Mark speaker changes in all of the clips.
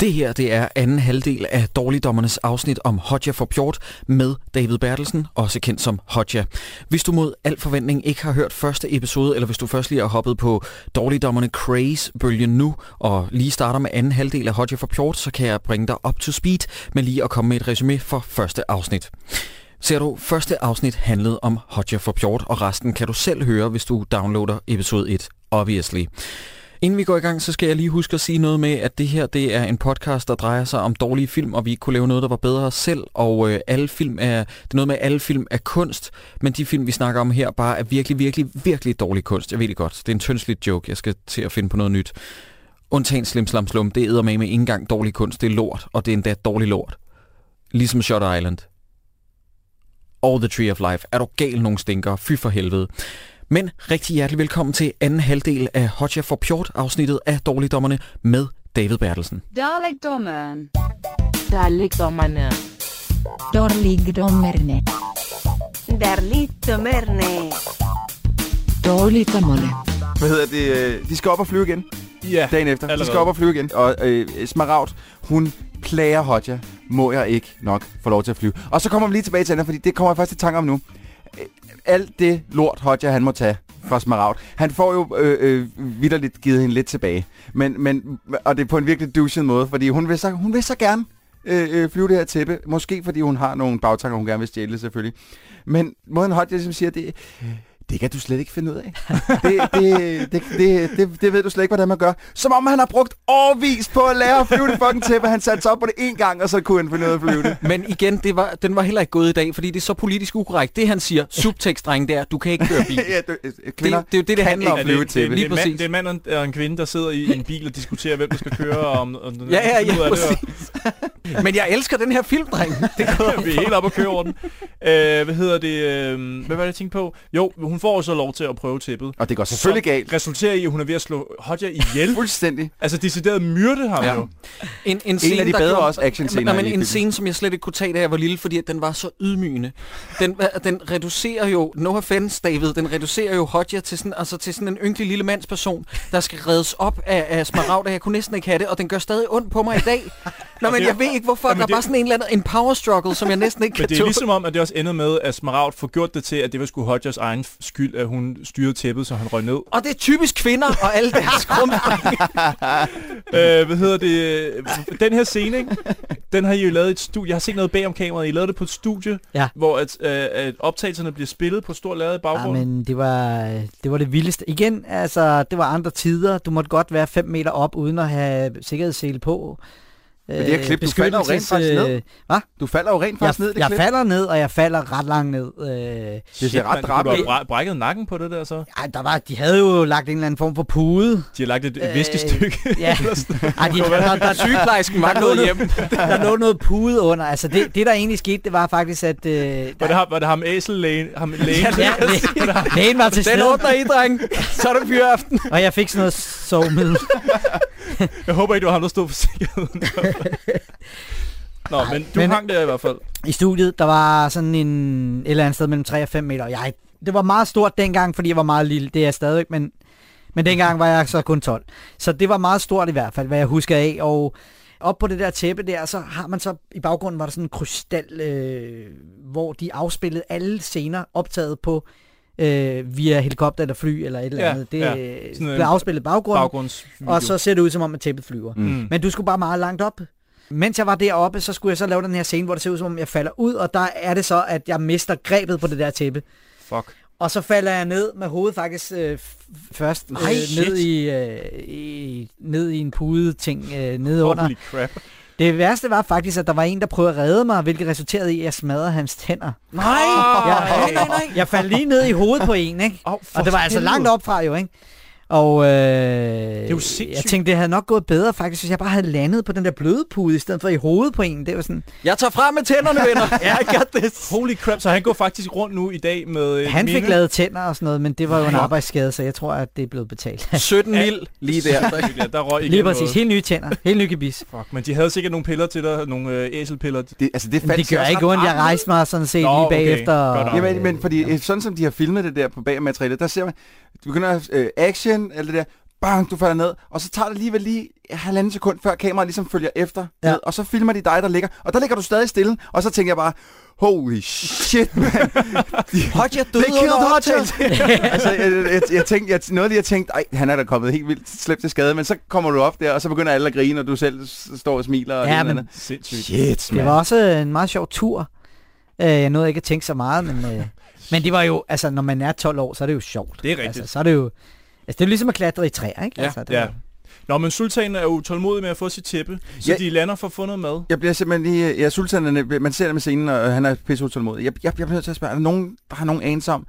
Speaker 1: Det her det er anden halvdel af Dårligdommernes afsnit om Hodja for Pjort med David Bertelsen, også kendt som Hodja. Hvis du mod al forventning ikke har hørt første episode, eller hvis du først lige har hoppet på Dårligdommerne Craze-bølgen nu, og lige starter med anden halvdel af Hodja for Pjort, så kan jeg bringe dig op to speed med lige at komme med et resume for første afsnit. Ser du, første afsnit handlede om Hodja for Pjort, og resten kan du selv høre, hvis du downloader episode 1, obviously. Inden vi går i gang, så skal jeg lige huske at sige noget med, at det her det er en podcast, der drejer sig om dårlige film, og vi ikke kunne lave noget, der var bedre selv. Og øh, alle film er, det er noget med, at alle film er kunst, men de film, vi snakker om her, bare er virkelig, virkelig, virkelig dårlig kunst. Jeg ved det godt. Det er en tyndsligt joke. Jeg skal til at finde på noget nyt. Undtagen Slim Slam Slum, det æder med med ikke engang dårlig kunst. Det er lort, og det er endda dårlig lort. Ligesom Shutter Island. Og The Tree of Life. Er du gal, nogen stinker? Fy for helvede. Men rigtig hjertelig velkommen til anden halvdel af Hodja for Pjort, afsnittet af Dårligdommerne med David Bertelsen.
Speaker 2: Dalekdommeren.
Speaker 3: Dårligdommerne.
Speaker 4: Dårligdommerne.
Speaker 5: Darlitdomerne.
Speaker 4: Dårligdommerne.
Speaker 6: Hvad hedder det? øh, De skal op og flyve igen
Speaker 7: Ja,
Speaker 6: dagen efter. De skal op og flyve igen. Og øh, Smaragd, hun plager Hodja. Må jeg ikke nok få lov til at flyve. Og så kommer vi lige tilbage til Anna, fordi det kommer jeg først i tanke om nu. Øh, Alt det lort Hodja, han må tage fra Smaragd. Han får jo øh, øh, vidderligt givet hende lidt tilbage. Men, men, og det er på en virkelig douchet måde, fordi hun vil så, hun vil så gerne øh, øh, flyve det her tæppe. Måske fordi hun har nogle bagtanker, hun gerne vil stjæle selvfølgelig. Men måden Hodja ligesom siger, det, det kan du slet ikke finde ud af. det, det, det, det, det, det ved du slet ikke, hvordan man gør. Som om han har brugt årvis på at lære at flyve det fucking tæppe. Han satte sig op på det en gang, og så kunne han finde ud af at flyve det.
Speaker 1: Men igen, det var, den var heller ikke gået i dag, fordi det er så politisk ukorrekt. Det han siger, subtekst, dreng, det er, du kan ikke køre bil.
Speaker 6: ja, du, øh, kvinder
Speaker 1: det er jo det, det
Speaker 6: kan
Speaker 1: handler om.
Speaker 6: ikke
Speaker 7: Ja,
Speaker 6: Flyve
Speaker 7: det, det, det,
Speaker 6: tæppe.
Speaker 7: det,
Speaker 1: Lige
Speaker 7: er en mand,
Speaker 1: præcis.
Speaker 7: det er en mand og en- og en kvinde, der sidder i, i en bil og diskuterer, hvem der skal køre. Og, om, om den
Speaker 1: Ja, ja,
Speaker 7: finder ud
Speaker 1: ja,
Speaker 7: af det, og-
Speaker 1: præcis. Men jeg elsker den her film, dreng. Det
Speaker 7: vi er helt op og køre over den. Øh, hvad hedder det? Øh, hvad var det, jeg tænkte på? Jo, hun får jo så lov til at prøve tæppet.
Speaker 6: Og det går selvfølgelig
Speaker 7: Som
Speaker 6: galt.
Speaker 7: Resulterer i, at hun er ved at slå Hodja ihjel.
Speaker 6: Fuldstændig.
Speaker 7: altså decideret myrde ham
Speaker 6: Ja.
Speaker 7: ja. jo.
Speaker 1: en, en,
Speaker 6: En
Speaker 1: scene,
Speaker 6: af de
Speaker 1: der
Speaker 6: bedre
Speaker 1: gjorde-
Speaker 6: også
Speaker 1: Nej,
Speaker 6: actionscener
Speaker 1: men
Speaker 6: i
Speaker 1: en
Speaker 6: filmen.
Speaker 1: scene, som jeg slet ikke kunne tage, da jeg var lille, fordi at den var så ydmygende. Den, var- den reducerer jo, no offense David, den reducerer jo Hodja til sådan, altså til sådan en ynkelig lille mandsperson, der skal reddes op af, af smaragd, og jeg kunne næsten ikke have det, og den gør stadig ondt på mig i dag. Nå, men
Speaker 7: det-
Speaker 1: jeg ved ikke hvorfor,
Speaker 7: Jamen,
Speaker 1: der er
Speaker 7: det-
Speaker 1: bare sådan en eller anden en power struggle, som jeg næsten ikke
Speaker 7: Men
Speaker 1: kan
Speaker 7: det er
Speaker 1: tåle.
Speaker 7: ligesom om, at det også endede med, at Smaragd får gjort det til, at det var sgu Hodjas egen skyld, at hun styrede tæppet, så han røg ned.
Speaker 1: Og det er typisk kvinder og alle deres rumdrenge.
Speaker 7: øh, hvad hedder det? Den her scene, ikke? den har I jo lavet i et studie. Jeg har set noget bag om kameraet. I lavede det på et studie,
Speaker 8: Ja.
Speaker 7: hvor at, øh, at optagelserne bliver spillet på stor lade i
Speaker 8: Ja,
Speaker 7: baggrunden.
Speaker 8: men det var, det var det vildeste. Igen, altså, det var andre tider. Du måtte godt være 5 meter op, uden at have sikkerhedssele på. Men
Speaker 6: det her klip, du falder jo rent faktisk ned.
Speaker 8: Hvad?
Speaker 6: Du falder jo rent
Speaker 8: Jeg,
Speaker 6: faktisk ned, i det
Speaker 8: jeg
Speaker 6: klip.
Speaker 8: falder ned, og jeg falder ret langt ned. Øh,
Speaker 6: det ser ret
Speaker 7: Man, kunne du
Speaker 6: drabigt.
Speaker 7: have bræ- brækket nakken på det der så?
Speaker 8: ej, der var, de havde jo lagt en eller anden form for pude.
Speaker 7: De har lagt et
Speaker 8: Øh,
Speaker 7: øh, viskestykke.
Speaker 8: Ja. Ej, de, der, der,
Speaker 1: Sygeplejersken var gået hjem.
Speaker 8: der lå noget pude under. Altså, det, det der egentlig skete, det var faktisk, at... Øh,
Speaker 7: Var
Speaker 8: der,
Speaker 7: det ham, var det ham æsellægen? Ham lægen?
Speaker 8: ja, læ- lægen var
Speaker 1: Den
Speaker 8: til stede,
Speaker 1: åbner i, dreng. Så er det fyraften.
Speaker 8: og jeg fik sådan noget sovemiddel.
Speaker 7: Jeg håber ikke, det var ham, der stod for sikkerheden. Nå, men du
Speaker 8: men-
Speaker 7: hang der i hvert fald.
Speaker 8: i studiet, der var sådan en et eller andet sted mellem 3 og 5 meter. og Jeg, det var meget stort dengang, fordi jeg var meget lille. Det er jeg stadigvæk, men, men dengang var jeg så kun 12. Så det var meget stort i hvert fald, hvad jeg husker af. Og op på det der tæppe der, så har man så i baggrunden var der sådan en krystal, øh, hvor de afspillede alle scener optaget på øh, via helikopter eller fly eller et eller
Speaker 7: Ja,
Speaker 8: andet. Det
Speaker 7: ja.
Speaker 8: ja.
Speaker 7: Sådan en
Speaker 8: blev afspillet i baggrunden,
Speaker 7: Baggrundsvideo.
Speaker 8: og så ser det ud som om, at tæppet flyver.
Speaker 7: Mm.
Speaker 8: Men du skulle bare meget langt op. Mens jeg var deroppe, så skulle jeg så lave den her scene, hvor det ser ud som om, jeg falder ud, og der er det så, at jeg mister grebet på det der tæppe.
Speaker 7: Fuck.
Speaker 8: Og så falder jeg ned med hovedet faktisk øh, f- først øh,
Speaker 1: Nej, shit.
Speaker 8: ned, i, øh, i, ned i en pude ting øh, nede under.
Speaker 7: Holy crap.
Speaker 8: Det værste var faktisk, at der var en, der prøvede at redde mig, hvilket resulterede i, at jeg smadrede hans tænder.
Speaker 1: Nej,
Speaker 8: Jeg-
Speaker 1: nej, nej, nej.
Speaker 8: Jeg faldt lige ned i hovedet på en, ikke?
Speaker 7: Oh,
Speaker 8: Og det var altså langt op fra jo, ikke? Og øh, det
Speaker 7: jo sindssygt.
Speaker 8: jeg tænkte, det havde nok gået bedre faktisk, hvis jeg bare havde landet på den der bløde pude, i stedet for i hovedet på en. Det var sådan,
Speaker 1: Jeg tager frem med tænderne, venner.
Speaker 8: ja, I got this.
Speaker 7: Holy crap, så han går faktisk rundt nu i dag med øh, et
Speaker 8: Han
Speaker 7: minde.
Speaker 8: fik lavet tænder og sådan noget, men det var jo en
Speaker 7: Nå.
Speaker 8: arbejdsskade, så jeg tror, at det er blevet betalt.
Speaker 1: 17 mil lige der.
Speaker 7: Ja, der røg ikke
Speaker 8: Lige præcis.
Speaker 7: Noget.
Speaker 8: Helt nye tænder. Helt ny gebis.
Speaker 7: Fuck, men de havde sikkert nogle piller til dig, nogle øh, æselpiller.
Speaker 6: Det, altså, det
Speaker 8: Men
Speaker 6: faldt
Speaker 8: det
Speaker 6: sig
Speaker 8: gør
Speaker 6: også
Speaker 8: ikke
Speaker 6: ret
Speaker 8: ondt. Jeg
Speaker 6: meget
Speaker 8: rejste mig sådan set
Speaker 7: Nå,
Speaker 8: lige
Speaker 7: okay.
Speaker 8: bagefter.
Speaker 7: Godt
Speaker 8: og-
Speaker 7: nok.
Speaker 6: Jamen, men fordi øh, sådan som de har filmet det der på bagmaterialet, der ser man, du begynder at, øh, action, alt det der, bang, du falder ned, og så tager det alligevel lige halvanden sekund, før kameraet ligesom følger efter,
Speaker 8: Ja.
Speaker 6: ja. ned, og så filmer de dig, der ligger, og der ligger du stadig stille, og så tænker jeg bare, holy shit, man.
Speaker 1: Hodja døde
Speaker 6: They killed
Speaker 1: under
Speaker 6: Hodges!
Speaker 1: optagelsen.
Speaker 6: altså, jeg, jeg, jeg, tænkte, jeg, noget lige jeg tænkte, ej, han er da kommet helt vildt slemt til skade, men så kommer du op der, og så begynder alle at grine, og du selv s- står og smiler. og
Speaker 8: Ja,
Speaker 6: det ene og
Speaker 8: men-
Speaker 6: andet.
Speaker 7: Sindssygt.
Speaker 6: Shit,
Speaker 8: Det
Speaker 6: man.
Speaker 8: var også øh, en meget sjov tur. Øh, Jeg nåede ikke at tænke så meget, men, øh, men det var jo, altså når man er 12 år, så er det jo sjovt.
Speaker 7: Det er rigtigt.
Speaker 8: Altså, så er det jo, altså det er jo ligesom at klatre i træer, ikke?
Speaker 1: Ja,
Speaker 8: altså, det
Speaker 7: Ja.
Speaker 8: var-
Speaker 7: Nå, men sultanen er jo tålmodig med at få sit tæppe, så
Speaker 6: Ja.
Speaker 7: de lander for at få noget mad.
Speaker 6: Jeg bliver simpelthen lige... øh, Jeg er sultan, man ser det med scenen, og øh, han er pisse utålmodig. Jeg, jeg, jeg bliver nødt til at spørge, er der nogen, der har nogen anelse om,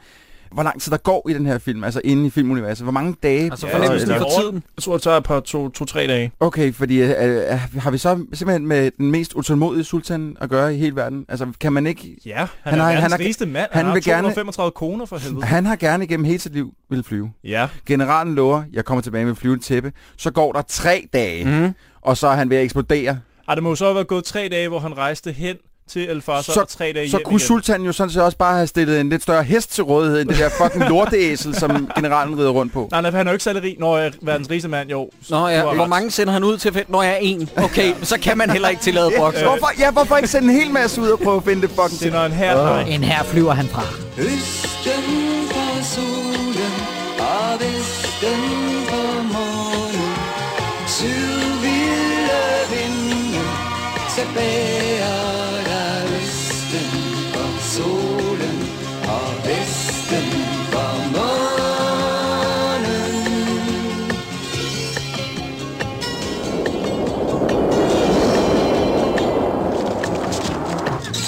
Speaker 6: hvor lang tid der går i den her film, altså inde i filmuniverset? Hvor mange dage?
Speaker 1: Altså
Speaker 7: Ja,
Speaker 1: fornemmelsen
Speaker 7: eller-
Speaker 1: for tiden.
Speaker 7: Jeg tror, det tager et par to-tre to, tre dage.
Speaker 6: Okay, fordi øh, øh, har vi så simpelthen med den mest utålmodige sultan at gøre i hele verden? Altså, kan man ikke...
Speaker 7: Ja, han,
Speaker 6: Han
Speaker 7: han er,
Speaker 6: har-
Speaker 7: er verdens
Speaker 6: han har-
Speaker 7: rigeste mand. Han,
Speaker 6: han
Speaker 7: han har
Speaker 6: vil gerne-
Speaker 7: 235 kroner for helvede.
Speaker 6: Han har gerne igennem hele sit liv vil flyve.
Speaker 7: Ja.
Speaker 6: Generalen lover, jeg kommer tilbage med flyvende tæppe. Så går der tre dage, mm.
Speaker 1: Mm.
Speaker 6: og så er han ved at eksplodere.
Speaker 7: Ej, det må jo så have været gået tre dage, hvor han rejste hen til El Faso
Speaker 6: Så-
Speaker 7: og tre dage
Speaker 6: Så
Speaker 7: hjem
Speaker 6: kunne
Speaker 7: igen.
Speaker 6: sultanen jo sådan set også bare have stillet en lidt større hest til rådighed end det der fucking lorteæsel, som generalen rider rundt på.
Speaker 7: Nej, nej, for han er jo ikke særlig rig. Når jeg er verdens rigeste mand, jo.
Speaker 1: Nå
Speaker 7: Du
Speaker 1: ja,
Speaker 7: har
Speaker 1: hvor
Speaker 7: ret.
Speaker 1: mange sender han ud til fedt? Når jeg er en. Okay, så kan man heller ikke tillade
Speaker 6: Ja,
Speaker 7: øh,
Speaker 1: Brock.
Speaker 6: hvorfor, ja, hvorfor ikke sende en hel masse ud og prøve at finde det fucking
Speaker 7: Det
Speaker 6: til?
Speaker 7: er når en her, nej.
Speaker 8: En her flyver han fra.
Speaker 2: Østen for solen og vesten for månen. Syd vilde vinde, så bærer der østen for solen og vesten for månen.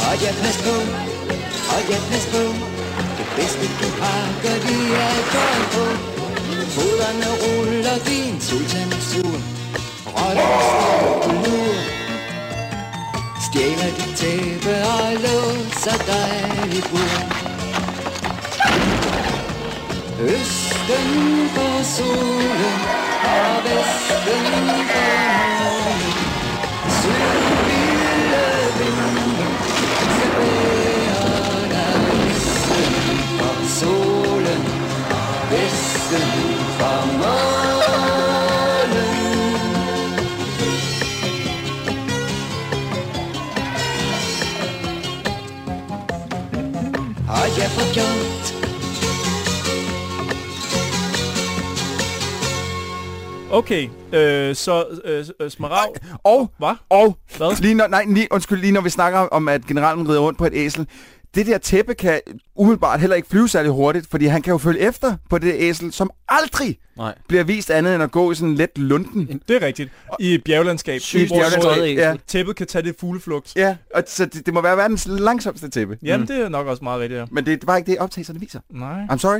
Speaker 2: Og jeg pas på, og jeg pas på Det bedste du har, gør de alt for at få Foderne ruller din sultan er sur Roller står på mur Stjæler dit tæppe og låser dig i bur Østen for solen og vesten for månen Syd vilde vinden solen og vesten fra månen. Har jeg fået gjort
Speaker 7: Okay, øh, så øh, øh, Smaragd...
Speaker 6: Og,
Speaker 7: Hvad?
Speaker 6: og,
Speaker 7: Hvad?
Speaker 6: lige når, nej, lige, undskyld, lige når vi snakker om, at generalen rider rundt på et æsel, det der tæppe kan umiddelbart heller ikke flyve særlig hurtigt, fordi han kan jo følge efter på det æsel, som aldrig
Speaker 1: Nej.
Speaker 6: bliver vist andet end at gå i sådan let lunden.
Speaker 7: Det er rigtigt. I et bjerglandskab.
Speaker 6: I et
Speaker 7: hvor
Speaker 6: bjerglandskab,
Speaker 7: stået-
Speaker 6: ja.
Speaker 7: Tæppet kan tage det fugleflugt.
Speaker 6: Ja, Mm. og så det, det må være verdens langsomste tæppe.
Speaker 7: Jamen, det er nok også meget rigtigt, ja.
Speaker 6: Men det er bare ikke det, optagelserne viser.
Speaker 7: Nej.
Speaker 6: I'm sorry.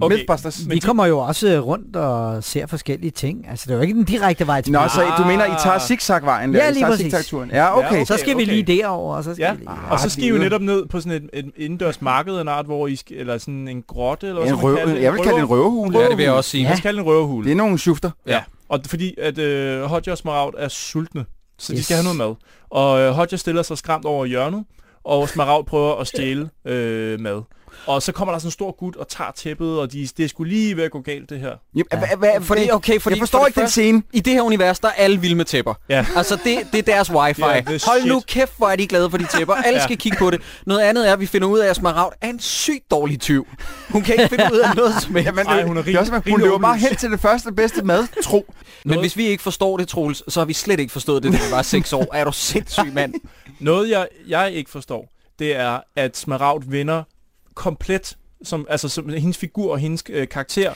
Speaker 7: Okay.
Speaker 6: Okay. Mythbusters.
Speaker 7: Men
Speaker 8: Vi
Speaker 7: de-
Speaker 8: kommer jo også øh, rundt og ser forskellige ting. Altså det er jo ikke den direkte vej til
Speaker 6: Nå,
Speaker 8: Mars.
Speaker 6: så I- du mener, I tager zigzagvejen? der?
Speaker 8: Ja,
Speaker 6: I
Speaker 8: lige
Speaker 6: tager
Speaker 8: præcis.
Speaker 6: zigzagturen. Ja,
Speaker 7: Ja,
Speaker 6: okay.
Speaker 7: okay.
Speaker 8: Så skal vi lige derover, og så skal
Speaker 7: Ja.
Speaker 8: vi lige...
Speaker 7: Og så
Speaker 6: Ah,
Speaker 7: skal I jo
Speaker 6: det-
Speaker 7: netop ned på sådan et, et indendørs marked af en art, hvor I skal, eller sådan en grotte, eller hvad
Speaker 6: En
Speaker 7: skal man kalde
Speaker 6: røv,
Speaker 7: det?
Speaker 6: jeg vil kalde det en røvehule.
Speaker 1: Ja, det vil jeg også sige.
Speaker 7: Ja.
Speaker 8: Ja.
Speaker 7: Jeg skal kalde det en røvehule.
Speaker 6: Det er nogle shifter.
Speaker 7: Ja. Og d- fordi at øh, Hodja og Smaragd er sultne, så yes. de
Speaker 8: Yes.
Speaker 7: skal have noget mad. Og øh, Hodja stiller sig skræmt over hjørnet, og Smaragd prøver at stjæle øh, mad. Og så kommer der sådan en stor gut og tager tæppet, og de, det er sgu lige ved at gå galt, det her.
Speaker 6: Jamen, hva- hva-
Speaker 1: Fordi,
Speaker 6: hva-
Speaker 1: okay, fordi
Speaker 6: jeg forstår
Speaker 1: for det
Speaker 6: ikke den
Speaker 1: første-
Speaker 6: scene.
Speaker 1: I det her univers, der er alle vilde med tæpper.
Speaker 7: Ja.
Speaker 1: Altså, det, det er deres wifi.
Speaker 7: Ja, det er
Speaker 1: Hold nu
Speaker 7: shit.
Speaker 1: kæft, hvor er de glade for de tæpper. Alle
Speaker 7: Ja.
Speaker 1: skal kigge på det. Noget andet er, at vi finder ud af, at Smaragd er en sygt dårlig tyv. Hun kan ikke finde ud af noget som helst.
Speaker 6: Jamen,
Speaker 7: Ej,
Speaker 6: det-
Speaker 7: hun er
Speaker 6: det er også,
Speaker 7: rig-
Speaker 6: hun
Speaker 7: rimelig
Speaker 6: løber bare
Speaker 7: åbenlys.
Speaker 6: hen til det første bedste mad, tro.
Speaker 1: Men hvis vi ikke forstår det, Troels, så har vi slet ikke forstået det, da vi var 6 år. Er du sindssyg, mand?
Speaker 7: Noget, jeg, jeg ikke forstår, det er, at Smaragd vender komplet, som, altså som, hendes figur og hendes øh, karakter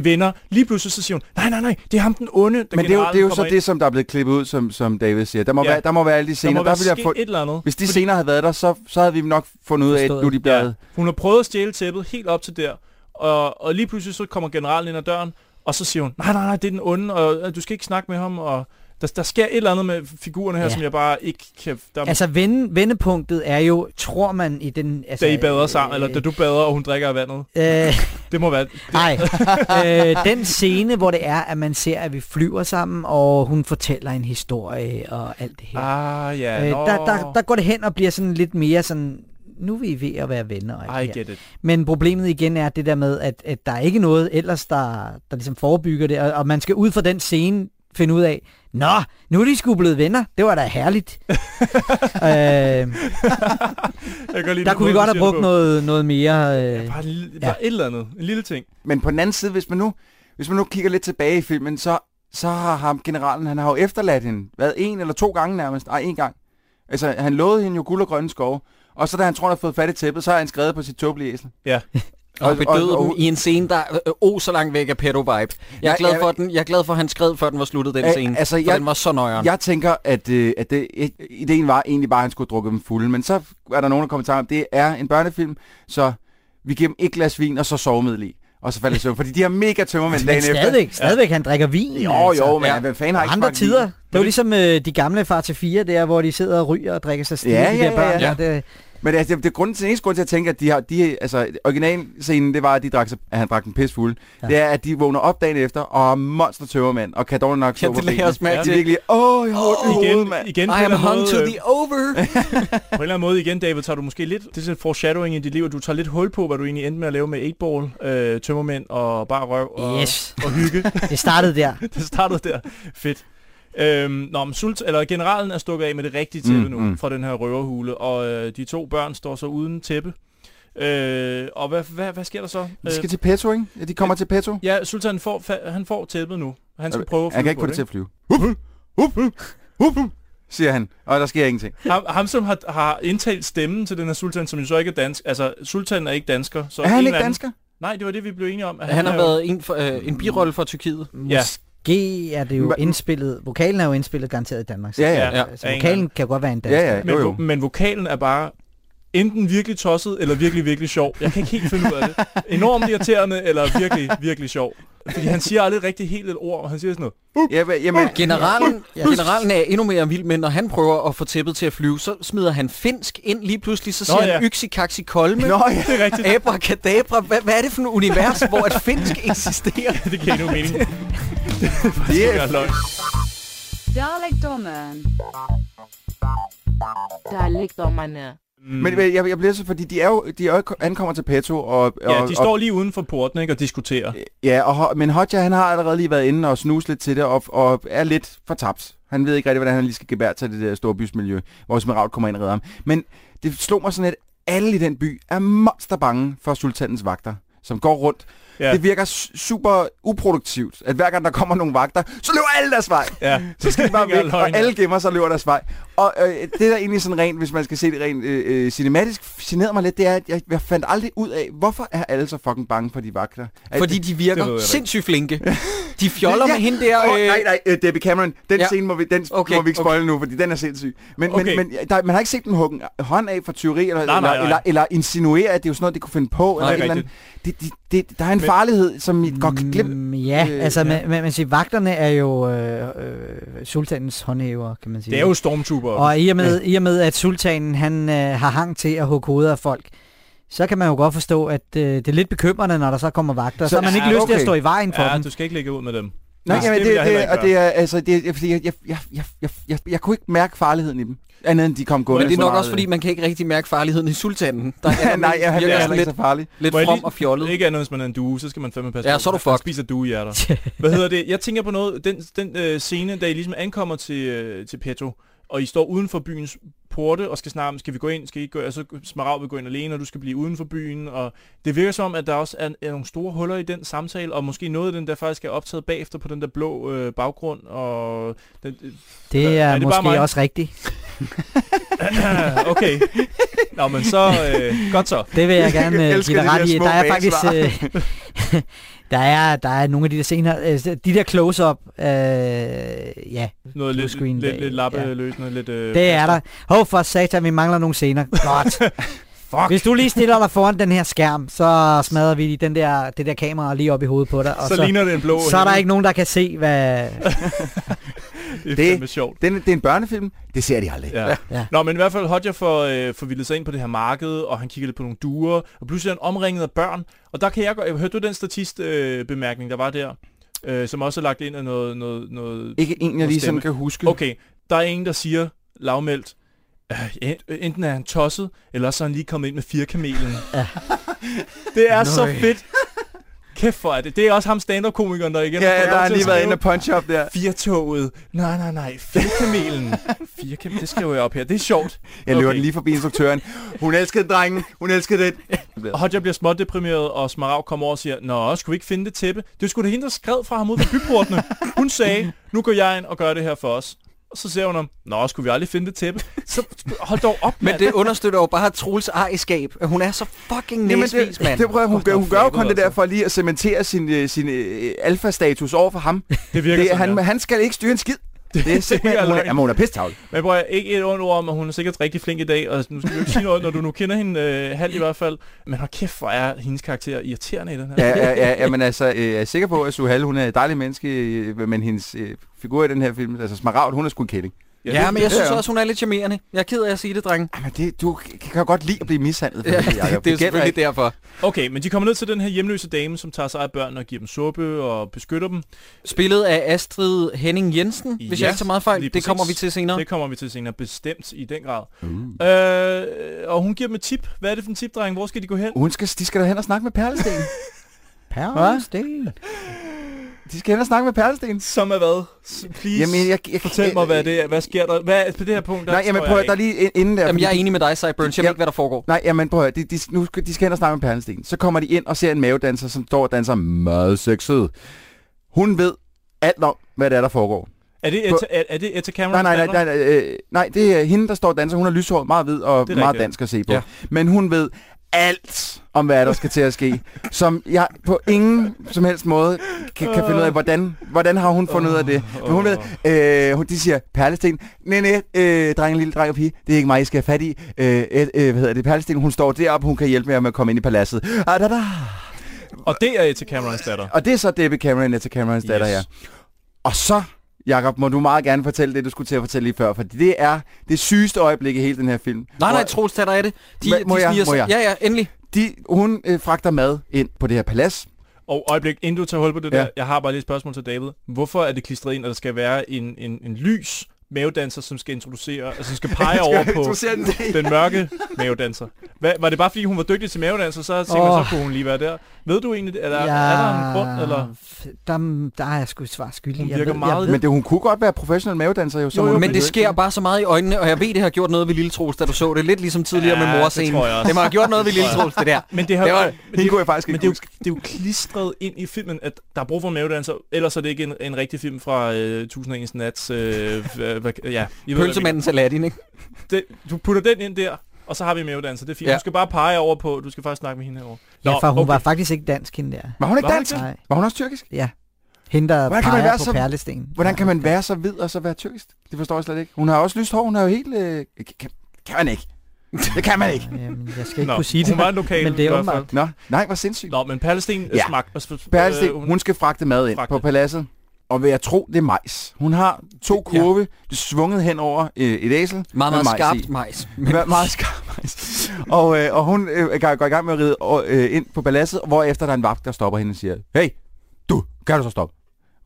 Speaker 7: vender. Lige pludselig så siger hun, nej, nej, nej, det er ham den onde, der
Speaker 6: Men det er, jo, det er jo så
Speaker 7: ind.
Speaker 6: det, som der er blevet klippet ud, som, som David siger. Der må,
Speaker 7: Ja.
Speaker 6: ja. være, der må være alle de
Speaker 7: Der
Speaker 6: scener.
Speaker 7: må
Speaker 6: Der
Speaker 7: være
Speaker 6: vil jeg
Speaker 7: sket
Speaker 6: få,
Speaker 7: et eller andet.
Speaker 6: hvis de scener havde været der, så, så havde vi nok fundet ud af, at nu er de blevet...
Speaker 7: Ja. Hun har prøvet at stjæle tæppet helt op til der, og, og lige pludselig så kommer generalen ind ad døren, og så siger hun, nej, nej, nej, det er den onde, og øh, du skal ikke snakke med ham, og der, der sker et eller andet med figurerne her, ja.
Speaker 8: Ja.
Speaker 7: som jeg bare ikke kan... Der, altså,
Speaker 8: Altså vende, vendepunktet er jo, tror man i den... Altså,
Speaker 7: da I
Speaker 6: øh,
Speaker 7: bader sammen, eller da du bader, og hun drikker af vandet.
Speaker 8: Øh,
Speaker 7: Det må være...
Speaker 8: Nej, øh, den scene, hvor det er, at man ser, at vi flyver sammen, og hun fortæller en historie og alt det her.
Speaker 7: Ah, ja,
Speaker 8: øh,
Speaker 7: nå.
Speaker 8: der, der, der går det hen og bliver sådan lidt mere sådan nu er vi ved at være venner. og alt
Speaker 7: Ah, I
Speaker 8: det her.
Speaker 7: get it.
Speaker 8: Men problemet igen er det der med, at, at der er ikke noget ellers, der, der ligesom forebygger det, og, og man skal ud fra den scene finde ud af, Nå, nu er de sgu blevet venner. Det var da herligt. øh,
Speaker 7: Jeg kan godt lide
Speaker 8: der
Speaker 7: den
Speaker 8: kunne
Speaker 7: måde,
Speaker 8: vi godt
Speaker 7: du
Speaker 8: have
Speaker 7: siger det
Speaker 8: brugt
Speaker 7: på.
Speaker 8: noget, noget mere... Øh.
Speaker 7: Bare, en lille-
Speaker 8: Ja.
Speaker 7: bare et eller andet. En lille ting.
Speaker 6: Men på den anden side, hvis man nu, hvis man nu kigger lidt tilbage i filmen, så, så har ham, generalen, han har jo efterladt hende, hvad, en eller to gange nærmest? Ej, en gang. Altså, han lovede hende jo guld og grønne skove, og så da han tror, han har fået fat i tæppet, så har han skrevet på sit tåbelige æsel.
Speaker 7: Ja.
Speaker 1: Og bedøvede
Speaker 6: og-
Speaker 1: dem i en scene, der er øh, oh, så langt væk af pedo-vibe. Jeg
Speaker 6: Ja,
Speaker 1: er glad
Speaker 6: ja,
Speaker 1: for, at den, jeg er glad for, at han skrev, før den var sluttet, den
Speaker 6: Øh,
Speaker 1: scene.
Speaker 6: altså,
Speaker 1: Altså, jeg,
Speaker 6: jeg-
Speaker 1: den var så nøjeren.
Speaker 6: Jeg tænker, at, øh, at det, i- ideen var egentlig bare, at han skulle drukke dem fulde, men så er der nogen, der kommentarer om, det er en børnefilm, så vi giver dem et glas vin, og så sovemiddel i. Og så falder det søvn, fordi de har mega tømmermænd
Speaker 8: Men
Speaker 6: dagen efter.
Speaker 8: stadigvæk, stadigvæk, han drikker vin. altså.
Speaker 6: Jo, jo, men
Speaker 1: Ja.
Speaker 6: hvem fanden har ikke
Speaker 8: Andre
Speaker 6: smagt vin?
Speaker 8: tider. Det var ligesom øh, de gamle far til fire der, hvor de sidder og ryger og drikker sig stive,
Speaker 6: Ja,
Speaker 8: de
Speaker 6: ja,
Speaker 8: der børn.
Speaker 1: ja, ja.
Speaker 8: der. Det,
Speaker 6: Men altså, det er grunden til, den eneste grund til at tænke, at de har, de, altså, originalscenen, det var, at, de drak, sig- at han drak en pis fuld.
Speaker 8: Ja.
Speaker 6: Ja. Det er, at de vågner op dagen efter og er monster tømmermænd, og kan dog nok
Speaker 1: Ja,
Speaker 6: stå på
Speaker 1: det lagde jeg
Speaker 6: benene.
Speaker 1: også mærke
Speaker 6: De
Speaker 1: til.
Speaker 6: er virkelig, åh, jeg har ondt i hovedet,
Speaker 7: Igen,
Speaker 6: mand.
Speaker 7: igen på,
Speaker 1: I
Speaker 7: en
Speaker 1: am
Speaker 7: eller anden
Speaker 1: hung to
Speaker 7: måde, øh,
Speaker 1: the over.
Speaker 7: på en eller anden måde igen, David, tager du måske lidt, det er sådan en foreshadowing i dit liv, at du tager lidt hul på, hvad du egentlig endte med at lave med 8-ball, øh, tømmermænd og bare røv og,
Speaker 8: Øh, yes,
Speaker 7: og hygge.
Speaker 8: det startede der.
Speaker 7: det startede der. Fedt. Øhm, nå, men Sult, eller generalen er stukket af med det rigtige tæppe mm,
Speaker 6: Mm,
Speaker 7: nu
Speaker 6: mm.
Speaker 7: fra den her røverhule, og øh, de to børn står så uden tæppe. Øh, og hvad, hvad, hvad sker der så?
Speaker 6: De skal
Speaker 7: Øh,
Speaker 6: til Petto, ikke? Ja, de kommer til Petto.
Speaker 7: ja, Sultan får, fa- han får tæppet nu. Han skal prøve at
Speaker 6: Han
Speaker 7: flyve
Speaker 6: kan ikke
Speaker 7: på
Speaker 6: få det til at flyve. Hup, hup, hup, hup, siger han, og der sker ingenting.
Speaker 7: Ham, ham som har, har indtalt stemmen til den her sultan, som jo så ikke er dansk. Altså, sultanen er ikke dansker. Så
Speaker 6: Er han
Speaker 7: en
Speaker 6: ikke
Speaker 7: eller anden-
Speaker 6: dansker?
Speaker 7: Nej, det var det, vi blev enige om. at
Speaker 1: Han har
Speaker 7: er jo-
Speaker 1: været en, for, øh, en birolle for Tyrkiet.
Speaker 7: Ja.
Speaker 8: Måske er det jo
Speaker 6: Hva-
Speaker 8: indspillet, vokalen er jo indspillet garanteret i Danmark. så-
Speaker 6: Ja, ja.
Speaker 7: Ja, ja.
Speaker 8: Altså, vokalen kan godt være en dansk.
Speaker 6: Ja, ja.
Speaker 7: Men,
Speaker 6: Jo, jo.
Speaker 7: vo- men vokalen er bare enten virkelig tosset, eller virkelig, virkelig sjov. Jeg kan ikke helt finde ud af det. Enormt irriterende, eller virkelig, virkelig sjov. Fordi han siger aldrig rigtig helt et ord, og han siger sådan noget.
Speaker 6: Ja, hva- jamen,
Speaker 1: Generalen, ja. generalen er endnu mere vild, men når han prøver at få tæppet til at flyve, så smider han finsk ind lige pludselig, så
Speaker 7: Nå,
Speaker 1: siger Nå, ja.
Speaker 7: ja.
Speaker 1: han yksikaksi kolme,
Speaker 6: Nå, ja.
Speaker 7: Det er rigtigt.
Speaker 1: abracadabra. Hvad, hvad er det for et univers, hvor et finsk eksisterer?
Speaker 7: det giver ikke nogen mening. Det
Speaker 6: Det
Speaker 7: er
Speaker 6: er,
Speaker 7: løgn.
Speaker 4: Dalekdommen.
Speaker 3: Der ligger man
Speaker 6: men men jeg, jeg bliver så, fordi de er jo, de er jo, ankommer til Petto, og, og,
Speaker 7: Ja, de
Speaker 6: og,
Speaker 7: står lige uden for porten ikke, og diskuterer.
Speaker 6: Øh, Ja, og, Ho- men Hodja, han har allerede lige været inde og snuse lidt til det, og, og er lidt fortabt. Han ved ikke rigtig, hvordan han lige skal gebære sig i det der store bysmiljø, hvor Smeraldt kommer ind og redder ham. Men det slog mig sådan, at alle i den by er monster bange for sultanens vagter som går rundt. Ja.
Speaker 7: Ja,
Speaker 6: Det virker su- super uproduktivt, at hver gang der kommer nogle vagter, så løber alle deres vej.
Speaker 7: ja.
Speaker 6: Så skal de bare
Speaker 7: Det er
Speaker 6: væk,
Speaker 7: løgn,
Speaker 6: og
Speaker 7: ja.
Speaker 6: alle gemmer sig og løber deres vej. Og øh, det der egentlig sådan rent, hvis man skal se det rent øh, øh, cinematisk, generede mig lidt, det er, at jeg, jeg fandt aldrig ud af, hvorfor er alle så fucking bange for de vagter? At-
Speaker 1: Fordi de
Speaker 7: Det ved
Speaker 1: virker
Speaker 7: jeg da
Speaker 1: sindssygt flinke. De fjoller med hende der.
Speaker 6: Åh, nej,
Speaker 1: Øh,
Speaker 6: nej, øh, Debbie Cameron, den ja.
Speaker 1: Ja.
Speaker 6: scene må vi, den okay,
Speaker 1: Okay,
Speaker 6: må vi ikke spoil okay. nu, fordi den er sindssyg. Men,
Speaker 7: Okay.
Speaker 6: okay. men, men der, man har ikke set dem hugge en hånd af for tyveri,
Speaker 7: Nej,
Speaker 6: eller,
Speaker 7: nej, nej.
Speaker 6: eller, eller, eller insinuere, at det er jo sådan noget, de kunne finde på.
Speaker 7: det er
Speaker 6: eller et eller andet.
Speaker 7: rigtigt.
Speaker 6: Det, det, det, der er en men, farlighed, som I godt kan glemme.
Speaker 8: Mm, ja,
Speaker 6: Øh,
Speaker 8: altså
Speaker 7: ja.
Speaker 8: Man, man, man siger, vagterne er jo øh, øh, sultanens håndhæver, kan man sige.
Speaker 7: Det er jo stormtrooper.
Speaker 8: Og i og med, i og med at sultanen han øh, har hang til at hugge hoveder af folk, så kan man jo godt forstå, at øh, det er lidt bekymrende, når der så kommer vagter. Så, så har man
Speaker 7: Ja,
Speaker 8: ikke lyst til at
Speaker 6: okay.
Speaker 8: stå i vejen for
Speaker 7: Ja,
Speaker 8: dem.
Speaker 7: du skal ikke lægge ud med dem.
Speaker 6: Nej,
Speaker 7: det
Speaker 6: jamen,
Speaker 7: vil
Speaker 6: det,
Speaker 7: jeg
Speaker 6: det,
Speaker 7: heller
Speaker 6: det,
Speaker 7: ikke gøre.
Speaker 6: og det er, altså, det er, fordi jeg, jeg, jeg, jeg, jeg, jeg, jeg kunne ikke mærke farligheden i dem, andet end de kom gående.
Speaker 1: men det er
Speaker 6: så
Speaker 1: nok
Speaker 6: meget.
Speaker 1: også, fordi man kan ikke rigtig mærke farligheden i sultanen. Der
Speaker 6: Ja,
Speaker 1: er
Speaker 6: nej, jeg, han
Speaker 1: virker
Speaker 6: er altså.
Speaker 1: sådan
Speaker 6: heller ikke
Speaker 1: lidt,
Speaker 6: så farlig.
Speaker 1: lidt
Speaker 7: Må jeg
Speaker 1: from
Speaker 7: lige-
Speaker 1: og fjollet.
Speaker 7: Ikke andet, hvis man er en due, så skal man fandme passe
Speaker 1: Ja,
Speaker 7: på.
Speaker 1: så er du
Speaker 7: Han- han
Speaker 1: fucked.
Speaker 7: spiser duehjerter. Hvad hedder det? Jeg tænker på noget. Den, den øh, scene, da I ligesom ankommer til, øh, til Petto, og I står uden for byens porte, og skal snart, skal vi gå ind, skal I ikke gå, og så Smaragd vil gå ind alene, og du skal blive uden for byen, og det virker som om, at der også er, er nogle store huller i den samtale, og måske noget af den, der faktisk er optaget bagefter på den der blå øh, baggrund, og den,
Speaker 8: Det er,
Speaker 7: Er
Speaker 8: er
Speaker 7: det
Speaker 8: det
Speaker 7: bare mig?
Speaker 8: måske også rigtigt.
Speaker 7: øh, okay. Nå, men så, øh, godt så.
Speaker 8: Det vil jeg
Speaker 6: Jeg
Speaker 8: gerne øh,
Speaker 6: elsker
Speaker 8: give
Speaker 6: de
Speaker 8: dig
Speaker 6: der
Speaker 8: ret i.
Speaker 6: små
Speaker 8: Der er faktisk...
Speaker 6: bagsvar.
Speaker 8: Øh, der, er, der er nogle af de der scener... Øh, de der close-up... Øh, ja,
Speaker 7: Noget
Speaker 8: Blue
Speaker 7: lidt,
Speaker 8: screen
Speaker 7: lidt,
Speaker 8: dag,
Speaker 7: lidt lappeløsende, lidt... Øh,
Speaker 8: det er der. Hov for satan, vi mangler nogle scener. Godt.
Speaker 6: Fuck.
Speaker 8: Hvis du lige stiller dig foran den her skærm, så smadrer vi lige den der, det der kamera lige op i hovedet på dig. Og
Speaker 7: Så, så ligner det en blå
Speaker 8: så er der
Speaker 7: himmel.
Speaker 8: ikke nogen, der kan se, hvad...
Speaker 7: Det er
Speaker 6: Det-
Speaker 7: fandme sjovt.
Speaker 6: Den, det er en børnefilm, det ser de aldrig.
Speaker 7: Ja. ja.
Speaker 8: Ja.
Speaker 7: Nå, men i hvert fald Hodja får, øh, får vildt sig ind på det her marked, og han kigger lidt på nogle duer, og pludselig er han omringet af børn. Og der kan jeg godt... Hørte du den statistbemærkning, øh, bemærkning, der var der? Øh, som også er lagt ind af noget... noget, noget
Speaker 6: Ikke en, jeg lige sådan
Speaker 7: Stemme.
Speaker 6: kan huske.
Speaker 7: okay, der er en, der siger lavmældt, øh, en- øh, enten er han tosset, eller så er han lige kommet ind med firkamelen. det er så
Speaker 8: Nøj.
Speaker 7: fedt. Kæft for er det. Det er også ham stand-up-komikeren, der igen
Speaker 6: Ja, der har lige været inde og punch up der.
Speaker 7: Firtoget. Nej, nej, nej. Firkamelen. Firkamelen, det skriver jeg op her. Det er sjovt.
Speaker 6: Jeg løber
Speaker 7: Okay.
Speaker 6: den lige forbi instruktøren. Hun elskede drengen. Hun elskede det.
Speaker 7: Og Hodja bliver småt deprimeret, og Smaragd kommer over og siger, Nå, skulle vi ikke finde det tæppe? Det skulle det hende, der skred fra ham ud på byportene. Hun sagde, nu går jeg ind og gør det her for os. Og så ser hun ham, Nå, skulle vi aldrig finde det tæppe? Så hold dog op,
Speaker 1: Men
Speaker 7: mand.
Speaker 1: det understøtter jo bare Troels ejerskab. Hun er så fucking
Speaker 6: Jamen,
Speaker 1: næsvis,
Speaker 6: det,
Speaker 1: mand.
Speaker 6: det prøver jeg. hun gør. Hun gør jo kun
Speaker 7: fabel,
Speaker 6: det der
Speaker 7: altså.
Speaker 6: for lige at cementere sin, øh, sin øh, alfa-status over for ham.
Speaker 7: det virker
Speaker 6: Det,
Speaker 7: sådan,
Speaker 6: han,
Speaker 7: ja.
Speaker 6: han skal ikke styre en skid. Det er
Speaker 7: er
Speaker 6: simpelthen, hun er,
Speaker 7: løgn.
Speaker 6: jamen, hun er pissetavle.
Speaker 7: Men prøv at, ikke et ondt ord om, at hun er sikkert rigtig flink i dag, og nu skal vi jo ikke sige noget, når du nu kender hende øh, halvt i hvert fald. Men hold kæft, hvor er hendes karakter irriterende i den her.
Speaker 6: Ja, ja, ja, ja, men altså, øh, jeg er sikker på, at Suhal, hun er et dejligt menneske, øh, men hendes øh, figur i den her film, altså Smaragd, hun er sgu en kælling.
Speaker 1: Ja, men jeg
Speaker 6: det er
Speaker 1: synes
Speaker 6: jo.
Speaker 1: også, hun er lidt charmerende. Jeg er ked af at sige det, drenge.
Speaker 6: Jamen, det, du kan kan jo godt lide at blive mishandlet.
Speaker 1: Ja, det, det er selvfølgelig ikke. derfor.
Speaker 7: Okay, men de kommer ned til den her hjemløse dame, som tager sig af børn og giver dem suppe og beskytter dem.
Speaker 1: Spillet af Astrid Henning Jensen, hvis
Speaker 7: Ja,
Speaker 1: jeg ikke tager meget fejl.
Speaker 7: lige
Speaker 1: Det kommer vi
Speaker 7: præcis.
Speaker 1: til senere.
Speaker 7: Det kommer vi til senere, bestemt i den grad. Mm. Øh, og hun giver dem et tip. Hvad er det for en tip, dreng? Hvor skal de gå hen?
Speaker 6: Hun skal, de skal da hen og snakke med Perlesten.
Speaker 8: Perlesten.
Speaker 6: De skal hen og snakke med Perlesten.
Speaker 7: Som er hvad? S- Please,
Speaker 6: Jamen, jeg, jeg,
Speaker 7: fortæl mig, hvad det er. Hvad sker der? Hvad er på det her punkt? Der
Speaker 6: Nej, jamen
Speaker 7: tror
Speaker 6: prøv at,
Speaker 7: jeg
Speaker 6: der er lige ind- inden der.
Speaker 1: Jamen,
Speaker 6: fordi
Speaker 1: jeg er
Speaker 6: de-
Speaker 1: enig med dig, Cyburn. Jeg ved
Speaker 6: Ja.
Speaker 1: ikke, hvad der foregår.
Speaker 6: Nej, jamen prøv at, høre, de, de, nu, skal- de skal hen og snakke med Perlesten. Så kommer de ind og ser en mavedanser, som står og danser meget sexet. Hun ved alt om, hvad det er, der foregår.
Speaker 7: Er det
Speaker 6: på-
Speaker 7: Etta, er, er det Etta
Speaker 6: Nej,
Speaker 7: Cameron?
Speaker 6: nej, nej, nej, nej, øh, nej, det er hende, der står og danser. Hun er lyshåret, meget hvid og
Speaker 7: Det er
Speaker 6: meget
Speaker 7: rigtigt.
Speaker 6: dansk at se på. Ja.
Speaker 1: Ja.
Speaker 6: Men hun ved alt om, hvad der skal til at ske, som jeg på ingen som helst måde kan, kan finde ud af, hvordan, hvordan har hun fundet ud af det. Men hun ved, øh, hun, de siger, Perlesten, nej, nej, øh, dreng, lille dreng og pige, det er ikke mig, I skal have fat i. Øh, øh, øh, hvad hedder det? Perlesten, hun står deroppe, hun kan hjælpe jer med at komme ind i paladset. Ah, da, da.
Speaker 7: Og det er Etta Camerons datter.
Speaker 6: Og det er så Debbie Cameron, Etta Camerons datter,
Speaker 7: Yes.
Speaker 6: ja. Og så, Jakob, må du meget gerne fortælle det, du skulle til at fortælle lige før, for det er det sygeste øjeblik i hele den her film.
Speaker 1: Nej, nej,
Speaker 6: Hvor
Speaker 1: Troels, tag dig af det. De,
Speaker 6: Hva-
Speaker 1: de
Speaker 6: må jeg?
Speaker 1: sniger
Speaker 6: Må
Speaker 1: sig-
Speaker 6: jeg?
Speaker 1: Ja, ja, endelig.
Speaker 6: de, hun øh, fragter mad ind på det her palads.
Speaker 7: Og øjeblik, inden du tager hul på det
Speaker 6: Ja.
Speaker 7: ja. der, jeg har bare lige et spørgsmål til David. Hvorfor er det klistret ind, at der skal være en, en, en lys mavedanser, som skal introducere, altså som skal pege over på den mørke mavedanser? Hvad, var det bare fordi, hun var dygtig til mavedanser, så tænkte oh.
Speaker 8: Åh.
Speaker 7: så kunne hun lige være der? Ved du egentlig, det? eller ja. er der en grund, eller?
Speaker 8: Der, der er jeg sgu svar skyldig.
Speaker 7: Hun
Speaker 8: Jeg
Speaker 7: virker
Speaker 8: ved-
Speaker 7: meget-
Speaker 8: Jeg ved,
Speaker 6: Men det, hun kunne godt være professionel mavedanser jo, så
Speaker 7: Jo, jo,
Speaker 6: hun
Speaker 1: Men det
Speaker 6: jo
Speaker 1: sker
Speaker 6: ikke-
Speaker 1: bare så meget i øjnene, og jeg ved, det har gjort noget ved Lille Troels, da du så det. Lidt ligesom tidligere
Speaker 7: Ja,
Speaker 1: med
Speaker 7: det
Speaker 1: morscenen.
Speaker 7: tror jeg også.
Speaker 1: Det må have gjort noget ved
Speaker 7: Det
Speaker 1: Lille
Speaker 7: tror jeg.
Speaker 1: Troels, det der.
Speaker 7: Men det, har,
Speaker 1: Det var-
Speaker 7: men
Speaker 6: Hende kunne jeg faktisk
Speaker 7: men
Speaker 6: ikke
Speaker 7: det, er jo,
Speaker 6: huske.
Speaker 7: det er jo klistret ind i filmen, at der er brug for en mavedanser, ellers er det ikke en, en rigtig film fra øh, 1001 Nats. Øh, hvad, hvad, ja, I ved, hvad jeg mener.
Speaker 1: Pølsemandens Aladdin, ikke?
Speaker 7: det, du putter den ind der, og så har vi mavedanser. Det er fint. Ja.
Speaker 1: Ja.
Speaker 7: Du skal bare pege over på, du skal faktisk snakke med hende herovre.
Speaker 8: Ja, for hun
Speaker 7: okay.
Speaker 8: var faktisk ikke dansk, hende der.
Speaker 6: Var hun ikke
Speaker 7: Var hun
Speaker 6: dansk?
Speaker 8: Nej.
Speaker 6: Var hun også tyrkisk?
Speaker 8: Ja. Hende, der
Speaker 6: Hvordan kan man
Speaker 8: peger
Speaker 6: være
Speaker 8: på
Speaker 6: så-
Speaker 8: Perlesten.
Speaker 6: Hvordan
Speaker 8: Ja,
Speaker 6: kan man
Speaker 8: okay.
Speaker 6: være så hvid og så være tyrkisk? Det forstår jeg slet ikke. Hun har også lyst hår, hun er jo helt... Øh, kan, kan man ikke. Det kan man ikke.
Speaker 8: Jamen, jeg skal ikke
Speaker 7: Nå,
Speaker 8: kunne sige
Speaker 7: hun
Speaker 8: det.
Speaker 7: var en lokal
Speaker 8: men det er
Speaker 7: i hvert
Speaker 8: åbenbart.
Speaker 7: fald.
Speaker 6: Nå, nej, hvor sindssygt.
Speaker 7: Nå, men Perlesten
Speaker 6: Ja.
Speaker 7: ja. smag. sp-
Speaker 6: Perlesten,
Speaker 7: øh,
Speaker 6: hun... hun skal fragte mad ind fragte.
Speaker 7: Fragte.
Speaker 6: på paladset. Og vil jeg tro, det er majs. Hun har to kurve, ja. svunget hen over øh, et æsel. med
Speaker 1: Meget, meget
Speaker 6: majs i.
Speaker 1: skarpt majs. Men
Speaker 6: Me- meget skarpt majs. og, øh, og hun øh, går, går i gang med at ride og, øh, ind på paladset, hvorefter der er en vagt, der stopper hende og siger, Hey, du, kan du så stoppe?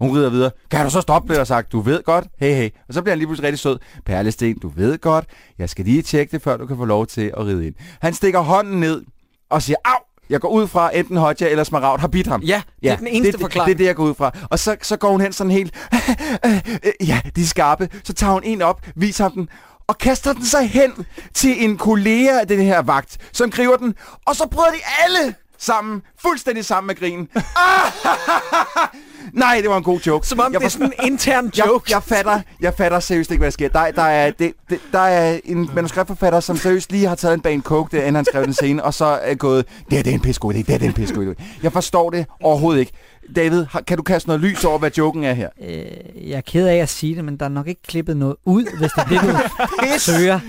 Speaker 6: Hun rider videre. Kan du så stoppe, bliver der sagt. Du ved godt. Hey, hey. Og så bliver han lige pludselig rigtig sød. Perlesten, du ved godt. Jeg skal lige tjekke det, før du kan få lov til at ride ind. Han stikker hånden ned og siger, Au! Jeg går ud fra, enten Hodja eller Smaragd har bidt ham.
Speaker 1: ja, det er den eneste
Speaker 6: det,
Speaker 1: forklaring.
Speaker 6: Det, det er det, jeg går ud fra. Og så, så går hun hen sådan helt, øh, ja, de er skarpe. Så tager hun en op, viser ham den, og kaster den så hen til en kollega af den her vagt, som griber den, og så bryder de alle sammen, fuldstændig sammen med grinen. Ah! Nej, det var en god joke.
Speaker 1: Som om
Speaker 6: jeg
Speaker 1: det er
Speaker 6: forstår-
Speaker 1: sådan en intern
Speaker 6: jeg,
Speaker 1: joke.
Speaker 6: jeg, fatter, jeg fatter seriøst ikke, hvad der sker. Der, der, er, det, det, der er en manuskriptforfatter, som seriøst lige har taget en bane coke, der, inden han skrev den scene, og så er gået, det her det er en pissegod idé, det her det er en pissegod idé. Jeg forstår det overhovedet ikke. David, har- kan du kaste noget lys over, hvad joken er her?
Speaker 8: Øh, jeg er ked af at sige det, men der er nok ikke klippet noget ud, hvis det er det, du søger.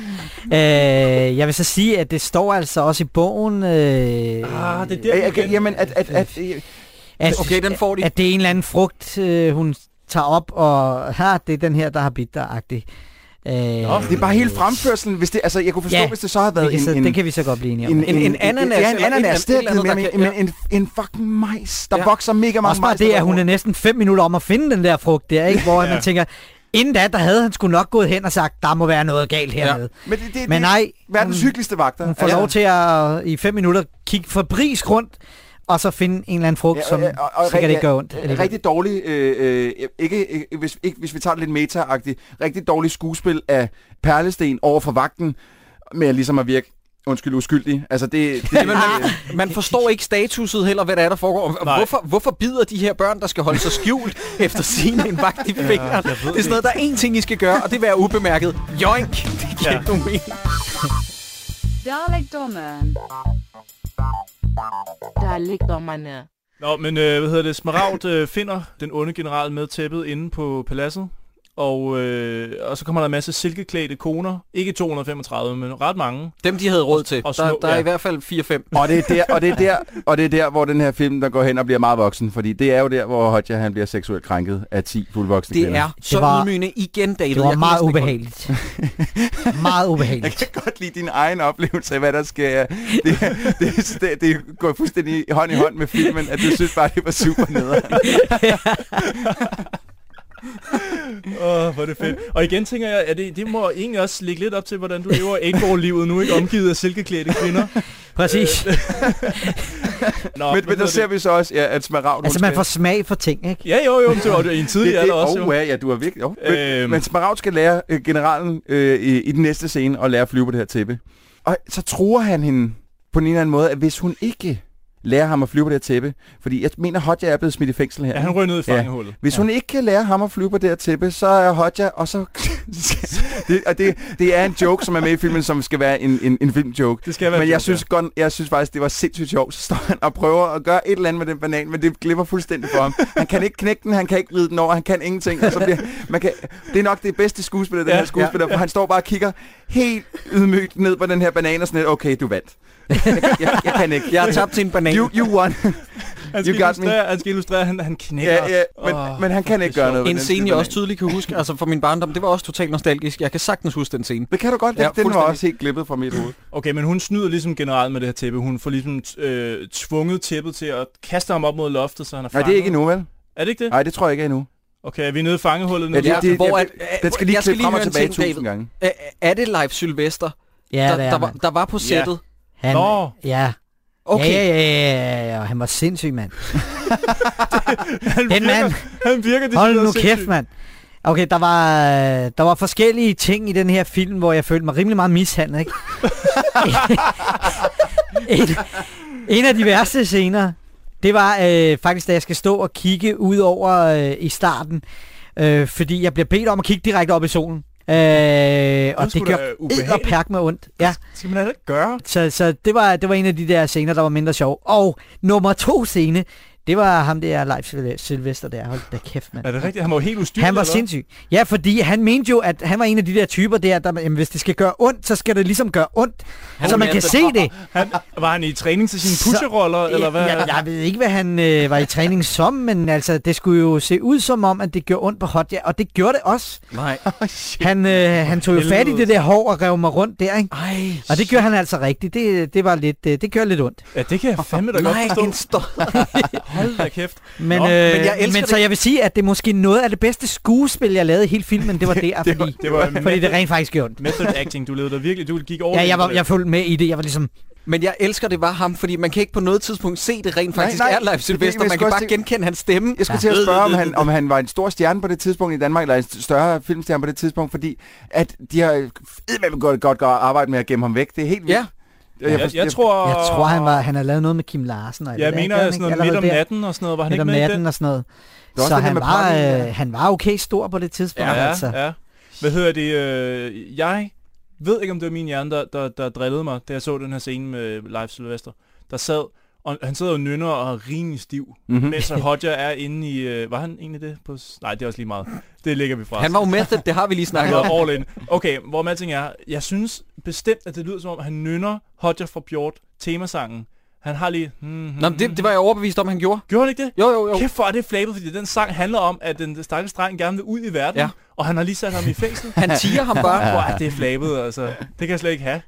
Speaker 8: Øh, jeg vil så sige, at det står altså også i bogen,
Speaker 6: Ah,
Speaker 8: øh,
Speaker 7: Ah, det er
Speaker 6: Øh,
Speaker 7: der,
Speaker 6: jeg kan-
Speaker 7: igen.
Speaker 6: Jamen, at, at, at, at,
Speaker 8: at,
Speaker 1: Okay, den får de.
Speaker 8: at det er en eller anden frugt, øh, hun tager op, og her, det er den her, der har bidt dig, agtig. Øh,
Speaker 6: det er bare hele fremførselen. Hvis det, altså, jeg kunne forstå, ja,
Speaker 8: Ja,
Speaker 6: hvis det så havde været
Speaker 8: det, kan,
Speaker 6: en,
Speaker 8: så,
Speaker 6: en,
Speaker 8: det kan vi så godt blive enige om.
Speaker 1: en- en ananas
Speaker 6: Ja, en
Speaker 1: eller et
Speaker 6: ananas. Det er
Speaker 1: eller andet,
Speaker 6: jeg
Speaker 1: der
Speaker 6: givet
Speaker 1: kan-
Speaker 6: mere, men en, en fucking majs, der ja.
Speaker 1: Ja.
Speaker 6: vokser mega meget
Speaker 8: Også bare
Speaker 6: majs.
Speaker 8: det,
Speaker 6: der
Speaker 8: at hun
Speaker 6: går
Speaker 8: er næsten 5 minutter om at finde den der frugt der, ikke? hvor
Speaker 7: Ja.
Speaker 8: man tænker, Inden da, der havde han sgu nok gået hen og sagt, der må være noget galt hernede. Ja.
Speaker 6: Men, det, det, det,
Speaker 8: Men nej,
Speaker 6: verdens
Speaker 8: hun-
Speaker 6: hyggeligste vagter.
Speaker 8: Hun får
Speaker 6: Ja.
Speaker 8: lov til at i fem minutter kigge forbrisk rundt, og så finde en eller anden frugt, som sikkert ikke gør ondt.
Speaker 6: Rigtig, rigtig dårlig, øh, øh, ikke, ikke, hvis, ikke, hvis vi tager det lidt meta rigtig dårlig skuespil af Perlesten over for vagten, med ligesom at virke, undskyld, uskyldig. Altså det, det,
Speaker 1: Jamen, man, man forstår ikke statuset heller, hvad der er, der foregår. Og
Speaker 7: Nej.
Speaker 1: Hvorfor, hvorfor bider de her børn, der skal holde sig skjult efter sine en vagt i fingeren? Ja,
Speaker 7: jeg
Speaker 1: det
Speaker 7: ved
Speaker 1: er sådan
Speaker 7: det
Speaker 1: noget, der er én ting, I skal gøre, og det er være ubemærket. Joink! Det giver
Speaker 7: Ja.
Speaker 1: ja. ikke nogen mening.
Speaker 4: Dalekdommeren.
Speaker 3: Dalekdommerne.
Speaker 7: Nå, men øh, hvad hedder det? Smaragd øh, finder den onde general med tæppet inde på paladset. Og, øh, og så kommer der en masse silkeklædte koner. Ikke 235, men ret mange.
Speaker 1: Dem, de havde råd til.
Speaker 7: Og
Speaker 1: der,
Speaker 7: små,
Speaker 1: der er
Speaker 7: ja.
Speaker 1: i hvert fald 4-5.
Speaker 6: og, det er der, og, det er der, og det er der, hvor den her film, der går hen og bliver meget voksen, fordi det er jo der, hvor Hodja, han bliver seksuelt krænket af 10 fuldvoksne
Speaker 1: Det
Speaker 6: kvinder.
Speaker 1: er så
Speaker 8: var-
Speaker 1: ydmygende igen, David.
Speaker 8: Det
Speaker 1: Jeg
Speaker 8: var
Speaker 1: kan
Speaker 8: meget
Speaker 1: næsten ikke holde-
Speaker 8: ubehageligt. meget
Speaker 6: Jeg
Speaker 8: ubehageligt.
Speaker 6: kan godt lide din egen oplevelse af, hvad der sker. Det, det, det, det går fuldstændig hånd i hånd med filmen, at du synes bare, det var super nederen.
Speaker 7: Åh, hvor er det fedt. Og igen tænker jeg, at det, det må egentlig også ligge lidt op til, hvordan du lever 8-ball-livet nu, ikke omgivet af silkeklædte kvinder.
Speaker 8: Præcis. Øh,
Speaker 7: Nå,
Speaker 6: Men, men der ser vi så også, ja, at Smaragd...
Speaker 8: altså,
Speaker 6: hun
Speaker 8: man
Speaker 6: skal-
Speaker 8: får smag for ting, ikke?
Speaker 7: Ja, jo, jo, men det var det i en tidlig
Speaker 6: det,
Speaker 7: alder
Speaker 6: det,
Speaker 7: også.
Speaker 6: oh,
Speaker 7: Jo.
Speaker 6: ja, ja, du har virkelig... Oh. Øhm.
Speaker 7: Øhm.
Speaker 6: Men Smaragd skal lære øh, generalen øh, i, i den næste scene at lære at flyve på det her tæppe. Og så tror han hende på en eller anden måde, at hvis hun ikke lærer ham at flyve på det her tæppe, fordi jeg mener, Hodja er blevet smidt i fængsel her.
Speaker 7: Ja, han ryger ned i fangehullet.
Speaker 6: Hvis hun ikke kan lære ham at flyve på det her tæppe, så er Hodja, og så... det, og det, det er en joke, som er med i filmen, som skal være en, en, en filmjoke.
Speaker 7: Det skal være
Speaker 6: Men
Speaker 7: en
Speaker 6: jeg
Speaker 7: joke,
Speaker 6: synes, godt, jeg synes faktisk, det var sindssygt sjovt. Så står han og prøver at gøre et eller andet med den banan, men det glipper fuldstændig for ham. Han kan ikke knække den, han kan ikke ride den over, han kan ingenting. Og så bliver, man kan, det er nok det bedste skuespiller, den
Speaker 7: Ja.
Speaker 6: her skuespiller, for han står bare og kigger helt ydmygt ned på den her banan og sådan lidt, okay, du vandt. Jeg, jeg, jeg kan ikke.
Speaker 1: Jeg har tabt til en banan.
Speaker 6: You, you won.
Speaker 7: Han skal,
Speaker 6: You got me.
Speaker 7: illustrere, han skal illustrere, at han, han knækker.
Speaker 6: ja, ja, men,
Speaker 7: Åh,
Speaker 6: men han kan ikke
Speaker 7: det er
Speaker 6: gøre noget ved
Speaker 1: En
Speaker 6: den
Speaker 1: scene,
Speaker 6: skide
Speaker 1: jeg også
Speaker 6: banan.
Speaker 1: tydeligt kan huske, altså fra min barndom, det var også totalt nostalgisk. Jeg kan sagtens huske den scene.
Speaker 6: Det kan du godt,
Speaker 1: Ja,
Speaker 6: ja, den var
Speaker 1: fuldstændig.
Speaker 6: også helt glippet fra mit hoved.
Speaker 7: Okay, men hun snyder ligesom generelt med det her tæppe. Hun får ligesom øh, tvunget tæppet til at kaste ham op mod loftet, så han er
Speaker 6: Nej,
Speaker 7: fanget.
Speaker 6: det er ikke endnu, vel?
Speaker 7: Er det ikke det?
Speaker 6: Nej, det tror jeg ikke er endnu.
Speaker 7: Okay, er vi nede i fangehullet nu?
Speaker 6: Ja, det,
Speaker 1: Ja,
Speaker 6: det, det,
Speaker 1: Altså, hvor
Speaker 6: hvor
Speaker 1: at-
Speaker 6: at, den skal lige
Speaker 1: jeg skal
Speaker 6: klippe frem
Speaker 1: lige
Speaker 6: og
Speaker 1: høre en
Speaker 6: tilbage
Speaker 1: ting,
Speaker 6: tusind
Speaker 1: David.
Speaker 6: gange.
Speaker 1: Er, er det Leif Sylvester,
Speaker 8: Ja,
Speaker 1: der,
Speaker 8: det er
Speaker 1: der, var,
Speaker 8: man.
Speaker 1: der var på sættet?
Speaker 8: Han,
Speaker 7: Nå.
Speaker 8: Ja.
Speaker 1: Okay.
Speaker 8: Ja, ja, ja, ja, ja, ja, han var sindssyg, mand.
Speaker 7: han,
Speaker 8: Den
Speaker 7: virker,
Speaker 8: mand,
Speaker 7: han virker det
Speaker 8: hold nu kæft, mand. Okay, der var, øh, der var forskellige ting i den her film, hvor jeg følte mig rimelig meget mishandlet, ikke? en, en af de værste scener, det var øh, faktisk, da jeg skal stå og kigge ud over øh, i starten, øh, fordi jeg bliver bedt om at kigge direkte op i solen. Øh, og
Speaker 7: sgu
Speaker 8: det
Speaker 7: da
Speaker 8: gør
Speaker 7: ubehageligt.
Speaker 8: edderperk med ondt. Ja.
Speaker 7: Det skal man heller ikke gøre.
Speaker 8: Så, så det, var, det var en af de der scener, der var mindre sjov. Og nummer to scene, det var ham der Leif Syl- Sylvester der. Hold da kæft, mand.
Speaker 7: Er det rigtigt? Han var jo helt ustyrlig,
Speaker 8: Han var
Speaker 7: eller hvad?
Speaker 8: sindssyg. Ja, fordi han mente jo, at han var en af de der typer der, der jamen, hvis det skal gøre ondt, så skal det ligesom gøre ondt.
Speaker 1: Han
Speaker 8: så man
Speaker 1: mente
Speaker 8: kan
Speaker 1: det.
Speaker 8: se det.
Speaker 7: Han, var han i træning til sine
Speaker 8: Så-
Speaker 7: pusheroller, eller hvad?
Speaker 8: Jeg, jeg ved ikke, hvad han øh, var i træning som, men altså, det skulle jo se ud som om, at det gjorde ondt på Hodja, og det gjorde det også.
Speaker 1: Nej.
Speaker 8: Han, øh, han tog jo fat i det der hår og rev mig rundt der, ikke?
Speaker 1: Ej.
Speaker 8: Og det gjorde han altså rigtigt. Det, det var lidt, øh, det gjorde lidt ondt.
Speaker 7: Ja, det kan jeg fandme da godt
Speaker 1: Nej,
Speaker 7: forstå.
Speaker 1: en stå.
Speaker 7: Hold da kæft.
Speaker 8: Men,
Speaker 7: Nå,
Speaker 8: øh, men,
Speaker 1: men jeg elsker
Speaker 8: men
Speaker 1: det.
Speaker 8: så jeg vil sige, at det er måske noget af det bedste skuespil, jeg lavede i hele filmen, det var der, det, fordi,
Speaker 7: det var-
Speaker 8: fordi det rent faktisk gjorde ondt.
Speaker 7: Method acting, du levede der virkelig. Du gik over.
Speaker 8: Ja,
Speaker 7: det
Speaker 8: jeg, var,
Speaker 7: hele.
Speaker 8: jeg fulgte med i det. Jeg var ligesom,
Speaker 1: Men jeg elsker, det var ham, fordi man kan ikke på noget tidspunkt se, det rent
Speaker 6: Nej,
Speaker 1: faktisk
Speaker 6: nej,
Speaker 1: er
Speaker 6: det er
Speaker 1: Leif
Speaker 6: det,
Speaker 1: Sylvester.
Speaker 6: jeg
Speaker 1: Man
Speaker 6: skulle
Speaker 1: kan
Speaker 6: også
Speaker 1: bare
Speaker 6: tænke-
Speaker 1: genkende hans stemme.
Speaker 6: Jeg skulle til at spørge, om han, om han var en stor stjerne på det tidspunkt i Danmark, eller en større filmstjerne på det tidspunkt, fordi at de har fedme godt, godt, godt arbejde med at gemme ham væk. Det er helt vildt.
Speaker 1: Ja.
Speaker 6: Jeg,
Speaker 7: jeg, jeg, tror...
Speaker 8: jeg tror, han, var, han havde lavet noget med Kim Larsen. Og alt
Speaker 7: Jeg
Speaker 8: det der,
Speaker 7: mener
Speaker 8: ikke?
Speaker 7: sådan noget
Speaker 8: Allerede
Speaker 7: midt om
Speaker 8: der,
Speaker 7: natten og sådan noget. Var han
Speaker 8: Midt
Speaker 7: ikke
Speaker 8: om
Speaker 7: med i den?
Speaker 8: natten og sådan noget.
Speaker 6: Det var også
Speaker 8: Så
Speaker 6: det der
Speaker 8: han
Speaker 6: med
Speaker 8: var,
Speaker 6: Pony, ja.
Speaker 8: øh, han var okay stor på det tidspunkt.
Speaker 7: Ja,
Speaker 8: altså.
Speaker 7: ja. Hvad hedder det? Øh, jeg ved ikke, om det var min hjerne, der, der, der drillede mig, da jeg så den her scene med Live Sylvester. Der sad, og han sidder og nynner og er rimelig stiv,
Speaker 6: Mm-hmm.
Speaker 7: mens at Hodja er inde i... Øh, var han egentlig det? På, s- nej, det er også lige meget. Det lægger vi fra
Speaker 1: Han var jo method, det har vi lige
Speaker 7: Han
Speaker 1: snakket om.
Speaker 7: var all in. Okay, hvor med alting er, jeg synes bestemt, at det lyder som om, han nynner Hodja fra Bjort temasangen. Han har lige... Hmm, hmm,
Speaker 1: Nå, men det, det var jeg overbevist om, han gjorde.
Speaker 7: Gjorde han ikke det?
Speaker 1: Jo, jo, jo.
Speaker 7: Kæft for, er det flabet, fordi den sang handler om, at den stakkels dreng gerne vil ud i verden,
Speaker 1: Ja.
Speaker 7: ja. og han har lige sat ham i fængsel.
Speaker 1: Han tiger ham bare.
Speaker 7: Hvor er det flabet, altså. Det kan jeg slet ikke have.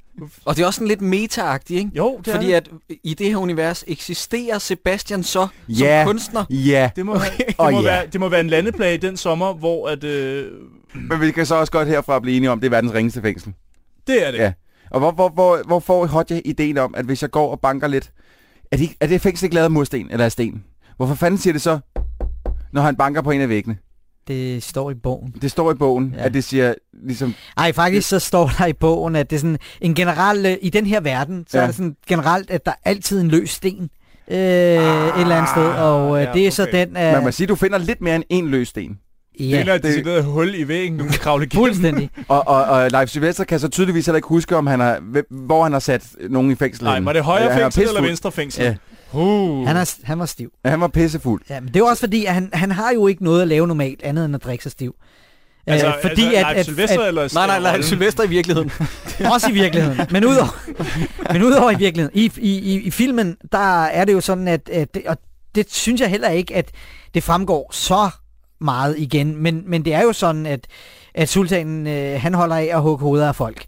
Speaker 1: Og det er også sådan lidt meta ikke?
Speaker 7: Jo, det
Speaker 1: Fordi
Speaker 7: er det.
Speaker 1: at i det her univers eksisterer Sebastian så som
Speaker 6: Ja.
Speaker 1: kunstner.
Speaker 6: Ja.
Speaker 7: Det må, okay. det,
Speaker 6: Åh,
Speaker 7: må
Speaker 6: ja.
Speaker 7: være, det må være en landeplage den sommer, hvor at, øh,
Speaker 6: Men vi kan så også godt herfra blive enige om, det er verdens ringeste fængsel.
Speaker 7: Det er det.
Speaker 6: Ja. Og hvor, hvor, hvor, hvor får Hodja ideen om, at hvis jeg går og banker lidt, er det, ikke- er det fængsel ikke lavet af mursten eller af sten? Hvorfor fanden siger det så, når han banker på en af væggene?
Speaker 8: Det står i bogen.
Speaker 6: Det står i bogen, ja.
Speaker 8: Ja.
Speaker 6: at det siger ligesom...
Speaker 8: Ej, faktisk så står der i bogen, at det er sådan en generel... øh, I den her verden, så
Speaker 6: Ja.
Speaker 8: ja. er det sådan generelt, at der er altid en løs sten øh, et eller andet sted. Og øh,
Speaker 7: Ah, ja,
Speaker 8: det er så
Speaker 7: okay.
Speaker 8: den...
Speaker 6: Ja.
Speaker 8: Øh,
Speaker 6: Man må sige, du finder lidt mere end en løs sten.
Speaker 7: Det er
Speaker 8: ja,
Speaker 7: et decideret hul i væggen, du kan kravle igennem.
Speaker 8: fuldstændig.
Speaker 6: Og, og, og Leif Sylvester kan så tydeligvis heller ikke huske, om han har, hvem- hvor han har sat nogen i fængsel.
Speaker 7: Nej,
Speaker 6: henne.
Speaker 7: var det
Speaker 6: Øh,
Speaker 7: højre
Speaker 6: han var
Speaker 7: fængsel eller
Speaker 6: pissefuld.
Speaker 7: venstre fængsel?
Speaker 6: Ja.
Speaker 7: Uh.
Speaker 8: Han, er, han var stiv.
Speaker 6: Ja, han var pissefuld.
Speaker 8: Ja, men det er jo også fordi, at han, han har jo ikke noget at lave normalt andet end at drikke sig stiv.
Speaker 7: altså,
Speaker 8: Øh,
Speaker 7: fordi altså, at, Leif Sylvester eller...
Speaker 1: Nej, nej,
Speaker 7: eller
Speaker 1: nej,
Speaker 7: rollen?
Speaker 1: Sylvester i virkeligheden.
Speaker 8: Også i virkeligheden. Men udover, men udover i virkeligheden. I, i, i, I filmen, der er det jo sådan, at... at det, og det synes jeg heller ikke, at det fremgår så meget igen. Men, men det er jo sådan, at, at sultanen, øh, han holder af at hugge hoveder af folk.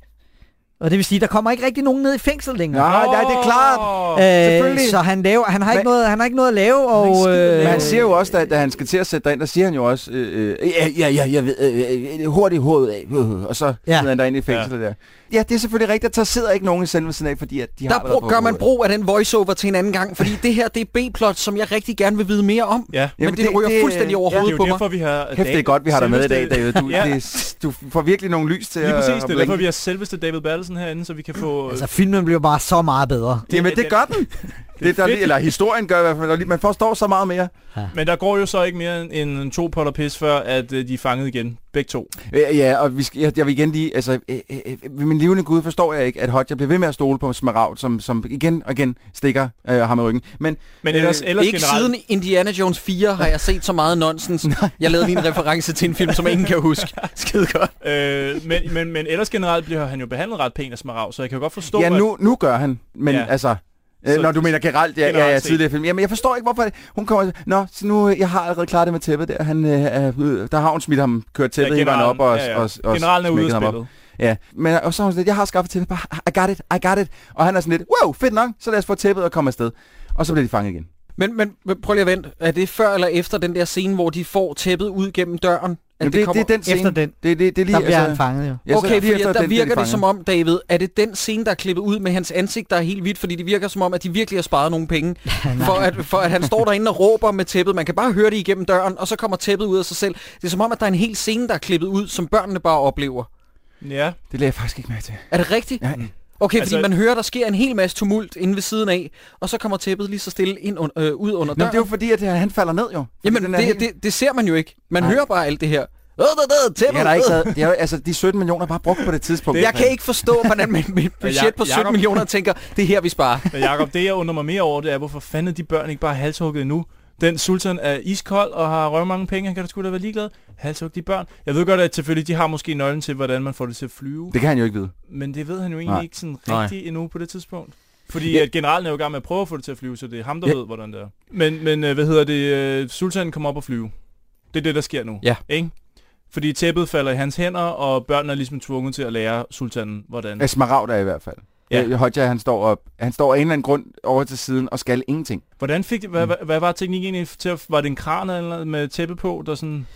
Speaker 8: Og det vil sige, der kommer ikke rigtig nogen ned i fængsel længere.
Speaker 6: Nej, nej, det er klart.
Speaker 7: Åh.
Speaker 8: Øh,
Speaker 6: selvfølgelig.
Speaker 8: så han, laver, han, har
Speaker 6: Men-
Speaker 8: ikke noget, han har ikke noget at lave, og...
Speaker 7: skid at lave.
Speaker 6: Men
Speaker 7: Øh,
Speaker 6: han siger jo også, at da han skal til at sætte dig ind, der siger han jo også, øh, øh, ja, ja, ja, jeg ved, øh, øh, hurtigt hovedet af, øh, og så
Speaker 8: Ja.
Speaker 6: ja. smider han dig ind i fængslet ja. der. Ja, det er selvfølgelig rigtigt, at der sidder ikke nogen i selve siden af, fordi at de har
Speaker 1: Der
Speaker 6: allerede
Speaker 1: brug,
Speaker 6: fået
Speaker 1: gør man
Speaker 6: hovedet.
Speaker 1: brug af den voiceover til en anden gang, fordi det her, det er B-plot, som jeg rigtig gerne vil vide mere om.
Speaker 7: Ja.
Speaker 1: Men
Speaker 6: Jamen,
Speaker 1: det,
Speaker 6: det-
Speaker 1: ryger
Speaker 6: det-
Speaker 1: fuldstændig over
Speaker 7: Ja, det er
Speaker 1: hovedet på
Speaker 7: jo
Speaker 1: mig.
Speaker 7: derfor, vi har...
Speaker 6: Kæft, det er godt, vi har dig med i dag, David. Du,
Speaker 7: Ja.
Speaker 6: ja. det, er- du får virkelig nogle lys til
Speaker 7: Lige
Speaker 6: at-
Speaker 7: præcis,
Speaker 6: at
Speaker 7: det er derfor,
Speaker 6: blinke.
Speaker 7: vi har selveste David Bertelsen herinde, så vi kan få...
Speaker 8: Altså, filmen bliver bare så meget bedre.
Speaker 6: Jamen, det gør den. Det, er der,
Speaker 7: fedt.
Speaker 6: lige- eller historien gør i hvert fald, der lige- man forstår så meget mere.
Speaker 7: Men der går jo så ikke mere end- end to potter pis, før at øh, de er fanget igen. Begge to.
Speaker 6: Øh, Ja, og vi skal, jeg, jeg vil igen lige, altså, øh, øh, øh, ved min livende gud forstår jeg ikke, at Hodja bliver ved med at stole på Smaragd, som, som igen og igen stikker øh, ham i ryggen. Men
Speaker 7: Men ellers,
Speaker 6: Øh,
Speaker 7: ellers
Speaker 1: Ikke
Speaker 7: generelt...
Speaker 1: siden Indiana Jones 4 har jeg set så meget nonsens. Jeg lavede lige en reference til en film, som ingen kan huske. Skide godt.
Speaker 7: Øh, men, men, men ellers generelt bliver han jo behandlet ret pænt af Smaragd, så jeg kan jo godt forstå,
Speaker 6: ja, nu, nu gør han, men
Speaker 7: Ja.
Speaker 6: ja. altså... Øh,
Speaker 7: Så-
Speaker 6: når du mener generelt, ja, ja, ja,
Speaker 7: generelt set.
Speaker 6: tidligere film. Jamen, jeg forstår ikke, hvorfor det. hun kommer... Nå, så nu, øh, jeg har allerede klaret det med tæppet der. Han, øh, er- øh, der har hun smidt ham, kørt tæppet ja, hele vejen op og,
Speaker 7: ja, ja.
Speaker 6: og, og
Speaker 7: generalen er ude af
Speaker 6: smækket ham op.
Speaker 7: spillet.
Speaker 6: Ja, men og så er hun sådan lidt, jeg har skaffet tæppet, bare, I got it, I got it. Og han er sådan lidt, wow, fedt nok, så lad os få tæppet og komme afsted. Og så bliver de fanget igen.
Speaker 1: Men, men men prøv lige at vente. Er det før eller efter den der scene, hvor de får tæppet ud gennem døren? At
Speaker 6: Jamen, det, det, det er den scene.
Speaker 8: Efter den,
Speaker 6: Det, det, det er lige, altså-
Speaker 8: der bliver han fanget jo.
Speaker 1: Ja, okay, for der virker det som
Speaker 6: om...
Speaker 1: om, David, er det den scene, der er klippet ud med hans ansigt, der er helt hvidt, fordi det virker som om, at de virkelig har sparet nogle penge, for, at, for at han står derinde og råber med tæppet. Man kan bare høre det igennem døren, og så kommer tæppet ud af sig selv. Det er som om, at der er en hel scene, der er klippet ud, som børnene bare oplever.
Speaker 7: Ja,
Speaker 6: Det lagde jeg faktisk ikke mærke til.
Speaker 1: Er det rigtigt?
Speaker 6: Ja.
Speaker 1: Okay,
Speaker 7: Altså-
Speaker 1: altså, fordi man hører, der sker en hel masse tumult inde ved siden af, og så kommer tæppet lige så stille ind un- øh, ud under
Speaker 6: Nå,
Speaker 1: døren.
Speaker 6: det er jo fordi, at han falder ned jo. Fordi
Speaker 1: Jamen,
Speaker 6: den er
Speaker 1: det,
Speaker 6: helt-
Speaker 1: det, det ser man jo ikke. Man
Speaker 6: Nej.
Speaker 1: hører bare alt det her. Øh, øh, øh,
Speaker 6: Det har
Speaker 1: tæppet,
Speaker 6: der ikke
Speaker 1: øh.
Speaker 6: taget. Det er, jo- altså, de 17 millioner er bare brugt på det tidspunkt.
Speaker 1: Jeg kan ikke forstå, hvordan man med et budget på
Speaker 7: Ja, Jacob-
Speaker 1: 17 millioner tænker, det er her, vi sparer.
Speaker 7: men Jacob, det jeg undrer mig mere over, det er, hvorfor fanden er de børn ikke bare halshugget endnu? Den sultan er iskold og har røv mange penge, han kan da sgu da være ligeglad. Halshug de børn. Jeg ved godt, at selvfølgelig de har måske nøglen til, hvordan man får det til at flyve,
Speaker 6: Det kan han jo ikke vide.
Speaker 1: Mm.
Speaker 7: men det ved han jo egentlig
Speaker 6: Nej.
Speaker 7: ikke sådan
Speaker 1: Nej.
Speaker 7: rigtigt endnu på det tidspunkt. Fordi
Speaker 6: Ja.
Speaker 7: at generalen er jo i gang med at prøve at få det til at flyve, så det er ham, der
Speaker 6: Ja.
Speaker 7: ved, hvordan det er. Men, men øh, hvad hedder det? øh, Sultanen kommer op og flyve. Det er det, der sker nu.
Speaker 1: Ja.
Speaker 7: Ikke? Fordi tæppet falder i hans hænder, og børnene er ligesom tvunget til at lære sultanen, hvordan.
Speaker 6: Ja, Altså, Smaragd er i hvert fald.
Speaker 7: Ja.
Speaker 6: Ja. Hodja, han står, op, han står af en eller anden grund over til siden og skal ingenting.
Speaker 7: Hvordan fik det,
Speaker 6: Mm.
Speaker 7: hvad, hvad, hvad var teknikken egentlig til at, var det en kran eller noget med tæppe på, der sådan...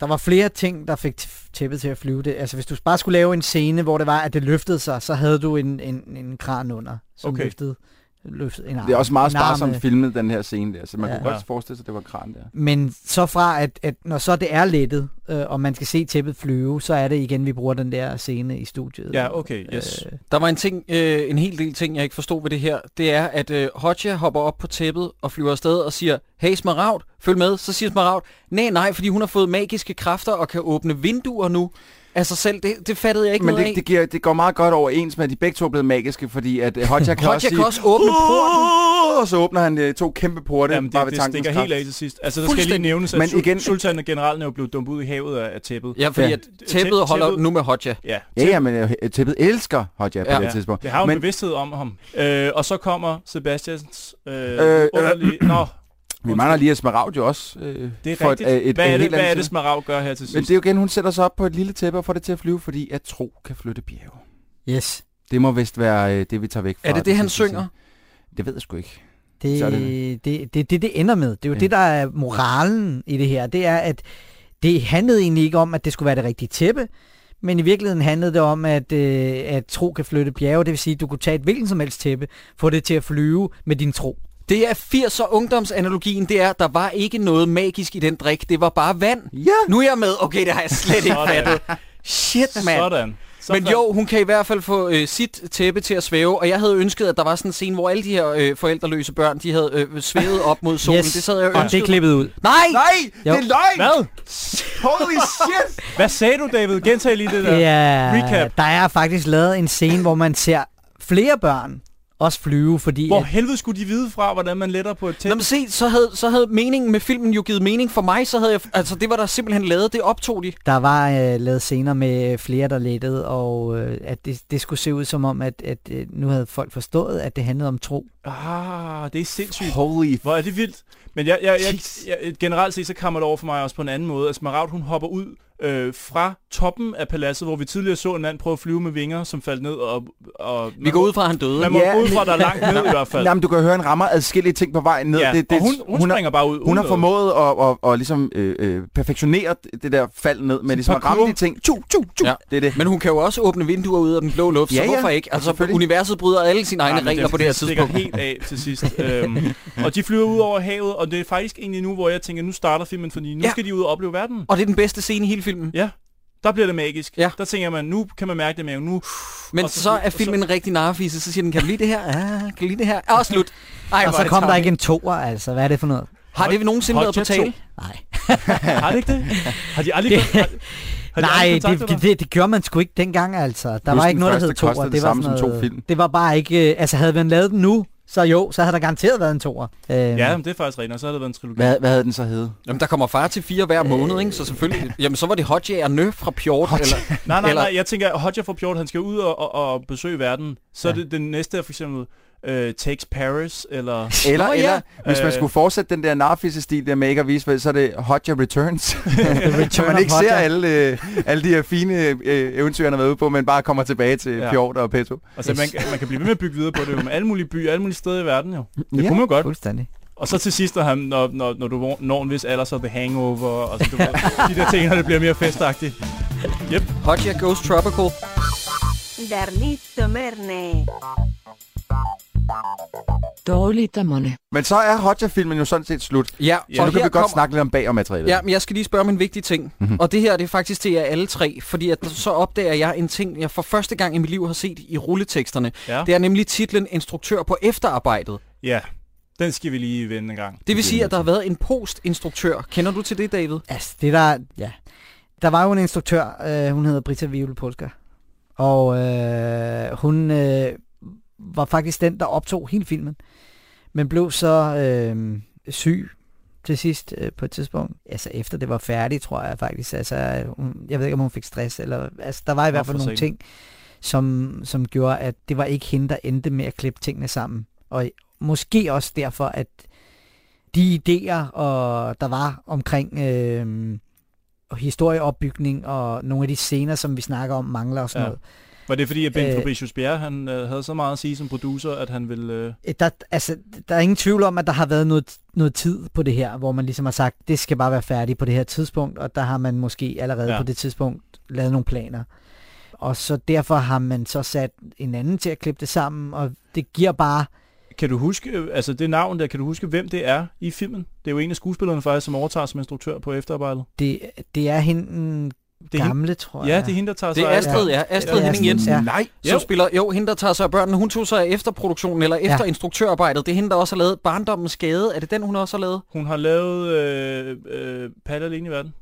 Speaker 8: Der var flere ting, der fik t- tæppet til at flyve det. Altså, hvis du bare skulle lave en scene, hvor det var, at det løftede sig, så havde du en, en, en kran under, som
Speaker 7: Okay.
Speaker 8: okay. løftede, løftede en arm.
Speaker 6: Det er også meget
Speaker 8: en arm,
Speaker 6: sparsomt
Speaker 8: øh.
Speaker 6: filmet, den her scene der. Så man
Speaker 8: Ja.
Speaker 6: kunne godt
Speaker 7: Ja.
Speaker 6: forestille sig, at det var kran der.
Speaker 8: Men så fra, at, at når så det er lettet, øh, og man skal se tæppet flyve, så er det igen, vi bruger den der scene i studiet.
Speaker 7: Ja, okay, yes.
Speaker 8: Øh,
Speaker 1: Der var en ting, øh, en hel del ting, jeg ikke forstod ved det her. Det er, at øh, Hodja hopper op på tæppet og flyver afsted og siger, hey Smaragd, følg med. Så siger Smaragd, nej nej, fordi hun har fået magiske kræfter og kan åbne vinduer nu af sig selv. Det, det fattede jeg ikke
Speaker 6: Men
Speaker 1: noget
Speaker 6: det,
Speaker 1: af.
Speaker 6: det, giver, det går meget godt overens med, at de begge to er blevet magiske, fordi at øh, Hodja kan
Speaker 1: Hodja
Speaker 6: også sige...
Speaker 1: kan også Uh! åbne
Speaker 6: porten. Og så åbner han øh, to kæmpe porte,
Speaker 7: Jamen,
Speaker 6: bare
Speaker 7: det,
Speaker 6: ved
Speaker 7: det
Speaker 6: tankens
Speaker 7: stikker
Speaker 6: kraft.
Speaker 7: helt af til sidst. Altså, der skal lige
Speaker 1: Fuldstændig.
Speaker 7: nævnes, at
Speaker 6: Men
Speaker 7: sul-
Speaker 6: igen-
Speaker 7: sultanen og generalen er jo blevet dumpet ud i havet af, af tæppet.
Speaker 1: Ja, fordi
Speaker 6: Ja.
Speaker 1: ja. At tæppet holder
Speaker 7: Tæppet-
Speaker 1: nu med Hodja.
Speaker 7: Ja,
Speaker 6: Ja, ja, men øh, tæppet elsker Hodja på
Speaker 1: Ja.
Speaker 6: det her tidspunkt.
Speaker 7: Det har jo men...
Speaker 6: men,
Speaker 7: en bevidsthed om ham. Øh, og så kommer Sebastians øh,
Speaker 6: øh,
Speaker 7: øh, underlige... Nå,
Speaker 6: Vi mangler lige, at Smaragd jo også øh,
Speaker 7: det er
Speaker 6: får
Speaker 7: rigtigt.
Speaker 6: øh, et,
Speaker 7: hvad er
Speaker 6: et
Speaker 7: det,
Speaker 6: helt
Speaker 7: hvad er
Speaker 6: andet
Speaker 7: det
Speaker 6: sted.
Speaker 7: Smaragd gør her til sidst?
Speaker 6: Men det er jo igen, hun sætter sig op på et lille tæppe og får det til at flyve, fordi at tro kan flytte bjerge.
Speaker 8: yes.
Speaker 6: Det må vist være øh, det, vi tager væk fra.
Speaker 1: Er det det, han
Speaker 6: sidste
Speaker 1: synger?
Speaker 6: scene. Det ved jeg sgu ikke.
Speaker 8: Det
Speaker 6: Så er
Speaker 8: er
Speaker 6: det
Speaker 8: det, det, det, det ender med. Det er jo
Speaker 6: Ja.
Speaker 8: ja. det, der er moralen i det her. Det er, at det handlede egentlig ikke om, at det skulle være det rigtige tæppe, men i virkeligheden handlede det om, at, øh, at tro kan flytte bjerge. Det vil sige, at du kunne tage et hvilken som helst tæppe, få det til at flyve med din tro.
Speaker 1: Det er 80'er ungdomsanalogien, det er, der var ikke noget magisk i den drik, det var bare vand.
Speaker 6: Ja.
Speaker 1: Nu er jeg med. Okay, det har jeg slet ikke
Speaker 7: Sådan.
Speaker 1: fattet. Shit, mand.
Speaker 7: Sådan. Så
Speaker 1: Men
Speaker 7: fald-
Speaker 1: jo, hun kan i hvert fald få øh, sit tæppe til at svæve, og jeg havde ønsket, at der var sådan en scene, hvor alle de her øh, forældreløse børn, de havde øh, svævet op mod solen. Yes. Det sad jeg og
Speaker 8: og det er
Speaker 1: ønskede.
Speaker 8: klippet ud.
Speaker 1: Nej!
Speaker 6: Nej,
Speaker 8: Jo.
Speaker 6: det er løgn!
Speaker 7: Hvad?
Speaker 6: Holy shit!
Speaker 7: Hvad sagde du, David? Gentag lige det der.
Speaker 8: Ja,
Speaker 7: Recap.
Speaker 8: der er faktisk lavet en scene, hvor man ser flere børn også flyve, fordi...
Speaker 7: Hvor
Speaker 8: at,
Speaker 7: helvede skulle de vide fra, hvordan man letter på et
Speaker 1: Nå,
Speaker 7: tæt?
Speaker 1: men se, så havde, så havde meningen med filmen jo givet mening for mig, så havde jeg, altså det var der simpelthen lavet, det optog de.
Speaker 8: Der var øh, lavet scener med øh, flere, der lettede, og øh, at det, det skulle se ud som om, at, at øh, nu havde folk forstået, at det handlede om tro.
Speaker 7: Ah, det er sindssygt.
Speaker 6: Holy
Speaker 7: Hvor er det vildt. Men jeg, jeg, jeg,
Speaker 6: Jeez.
Speaker 7: jeg, jeg, generelt set, så kommer det over for mig også på en anden måde. Altså, Maravt, hun hopper ud øh, fra toppen af paladset, hvor vi tidligere så en mand prøve at flyve med vinger, som faldt ned og... og
Speaker 1: Vi går ud fra, at han døde.
Speaker 7: Man må
Speaker 6: Ja,
Speaker 7: ja, ud fra,
Speaker 6: men-
Speaker 7: der er langt ned i hvert fald.
Speaker 6: Jamen, du kan høre, han rammer adskillige ting på vejen ned.
Speaker 7: ja. det, det, og hun, hun, hun
Speaker 6: har-
Speaker 7: springer bare ud.
Speaker 6: Hun har
Speaker 7: ud-
Speaker 6: formået at, at, at ligesom, øh, øh, perfektionere det der fald ned med ligesom at ramme
Speaker 7: parkour.
Speaker 6: de ting. Tju, tju, tju.
Speaker 1: Ja.
Speaker 6: Ja. Det er det.
Speaker 1: Men hun kan jo også åbne vinduer ud af den blå luft, ja,
Speaker 6: Ja,
Speaker 1: så
Speaker 6: ja.
Speaker 1: hvorfor ikke? Altså,
Speaker 6: Selvfølgelig.
Speaker 1: universet bryder alle sine egne
Speaker 7: Ja,
Speaker 1: ja,
Speaker 7: men
Speaker 1: regler på det her
Speaker 7: stikker
Speaker 1: tidspunkt.
Speaker 7: helt af til sidst. øhm, og de flyver ud over havet, og det er faktisk egentlig nu, hvor jeg tænker, nu starter filmen, fordi nu
Speaker 1: Ja.
Speaker 7: ja. skal de ud og opleve verden.
Speaker 1: Og det er den bedste scene i hele filmen.
Speaker 7: Ja, der bliver det magisk.
Speaker 1: Ja.
Speaker 7: Der tænker man, nu kan man mærke det i maven. Nu,
Speaker 1: Men
Speaker 7: Og
Speaker 1: så,
Speaker 7: så-
Speaker 1: så er
Speaker 7: og så-
Speaker 1: filmen en rigtig narfise, så siger den, kan du lide det her? Ja, kan du lide det her? Og slut. Ej,
Speaker 8: og
Speaker 1: hvor er
Speaker 8: så
Speaker 1: det
Speaker 8: kom der
Speaker 1: tarveligt.
Speaker 8: ikke en toer, altså. Hvad er det for noget?
Speaker 1: Har det nogensinde
Speaker 7: Hot
Speaker 1: været på
Speaker 7: Jet
Speaker 1: tale?
Speaker 7: 2.
Speaker 8: Nej.
Speaker 7: har det ikke det? Har de aldrig...
Speaker 8: Det-
Speaker 7: Har, har de aldrig
Speaker 8: Nej,
Speaker 7: kontaktet
Speaker 8: det,
Speaker 7: dig?
Speaker 8: det, det gjorde man sgu ikke dengang, altså. Der
Speaker 6: Plus
Speaker 8: var
Speaker 6: den
Speaker 8: ikke noget, der hed
Speaker 6: første kostede
Speaker 8: toer.
Speaker 6: det
Speaker 8: var
Speaker 6: samme
Speaker 8: sådan
Speaker 6: som to
Speaker 8: noget-
Speaker 6: film.
Speaker 8: Det var bare ikke... øh, Altså, havde man lavet den nu, så jo, så havde der garanteret været en toer. Øh,
Speaker 7: Ja, men det er faktisk rent, og så har det været en trilogi.
Speaker 6: Hvad, hvad havde den så heddet?
Speaker 1: Jamen, der kommer far til fire hver måned, ikke? Så selvfølgelig. Jamen, så var det Hodja og Nø fra Pjort. Eller,
Speaker 7: Nej, nej,
Speaker 1: Eller-
Speaker 7: nej, jeg tænker, at Hodja fra Pjort, han skal ud og, og, og besøge verden. Så ja. det, den næste er for eksempel uh, Takes Paris, eller...
Speaker 6: Eller,
Speaker 1: Nå,
Speaker 6: Nå,
Speaker 1: ja.
Speaker 6: ja. eller hvis man
Speaker 7: Øh.
Speaker 6: skulle fortsætte den der narfisse-stil der med ikke at vise, hvad- så er det Hodja Returns. Så
Speaker 8: Return
Speaker 6: man
Speaker 8: of
Speaker 6: ikke ser
Speaker 8: Hotjar.
Speaker 6: alle, øh, alle de her fine øh, eventyr, han har været ude på, men bare kommer tilbage til
Speaker 7: Ja.
Speaker 6: ja. Fjord og Petto.
Speaker 7: Altså, man, man kan blive ved med at bygge videre på det, jo, med alle mulige byer, alle mulige steder i verden, jo. Det
Speaker 8: Ja,
Speaker 7: kunne man godt.
Speaker 8: Fuldstændig.
Speaker 7: Og så til sidst, når, han, når, når, når du når en vis alder, så er det hangover, og så du, ved, de der ting, når det bliver mere festagtigt.
Speaker 1: Hodja Goes Tropical.
Speaker 4: Darlito Merne.
Speaker 3: Dårligdommerne.
Speaker 6: Men så er Hodja-filmen jo sådan set slut.
Speaker 1: Ja,
Speaker 6: Så
Speaker 7: Ja.
Speaker 1: og
Speaker 6: nu kan vi
Speaker 1: her
Speaker 6: godt
Speaker 1: kommer-
Speaker 6: snakke lidt om bag om materialet.
Speaker 1: Ja, men jeg skal lige spørge om en vigtig ting. Mm-hmm. Og det her, det er faktisk til jer alle tre. Fordi at så opdager jeg en ting, jeg for første gang i mit liv har set i rulleteksterne.
Speaker 7: Ja.
Speaker 1: Det er nemlig titlen Instruktør på efterarbejdet.
Speaker 7: Ja, den skal vi lige vende en gang.
Speaker 1: Det vil sige, at der har været en postinstruktør. Kender du til det, David?
Speaker 8: Altså, det der... Ja. Der var jo en instruktør, øh, hun hedder Brita Vivel Polska. Og øh, hun øh, var faktisk den, der optog hele filmen. Men blev så øh, syg til sidst øh, på et tidspunkt. Altså efter det var færdigt, tror jeg faktisk. Altså, hun, jeg ved ikke, om hun fik stress. Eller, altså, der var i hvert fald
Speaker 7: for
Speaker 8: nogle
Speaker 7: satan.
Speaker 8: ting, som, som gjorde, at det var ikke hende, der endte med at klippe tingene sammen. Og måske også derfor, at de idéer, og der var omkring øh, historieopbygning og nogle af de scener, som vi snakker om, mangler og sådan
Speaker 7: Ja.
Speaker 8: ja. noget.
Speaker 7: Var det fordi, at Bengt
Speaker 8: Øh.
Speaker 7: Fabricius Bjerre, han øh, havde så meget at sige som producer, at han ville... Øh,
Speaker 8: Øh, Der, altså, der er ingen tvivl om, at der har været noget, noget tid på det her, hvor man ligesom har sagt, det skal bare være færdigt på det her tidspunkt, og der har man måske allerede
Speaker 7: Ja.
Speaker 8: ja. på det tidspunkt lavet nogle planer. Og så derfor har man så sat en anden til at klippe det sammen, og det giver bare...
Speaker 7: Kan du huske, øh, altså det navn der, kan du huske, hvem det er i filmen? Det er jo en af skuespillerne faktisk, som overtager som instruktør på efterarbejdet.
Speaker 8: Det, det er hende den
Speaker 7: Det er hende,
Speaker 8: gamle, tror jeg.
Speaker 7: ja, det er hende, der tager
Speaker 1: Det er
Speaker 7: sig af-
Speaker 1: Astrid, ja. Astrid
Speaker 8: Ja,
Speaker 1: Henning Jensen.
Speaker 8: Ja.
Speaker 6: Nej.
Speaker 1: Så spiller, jo, hende der tager sig af børnene, hun tog sig af efterproduktionen eller efter instruktørarbejdet. Det er hende, der også har lavet Barndommens Skade. Er det den, hun også har lavet?
Speaker 7: Hun har lavet øh, øh, Palle alene i verden.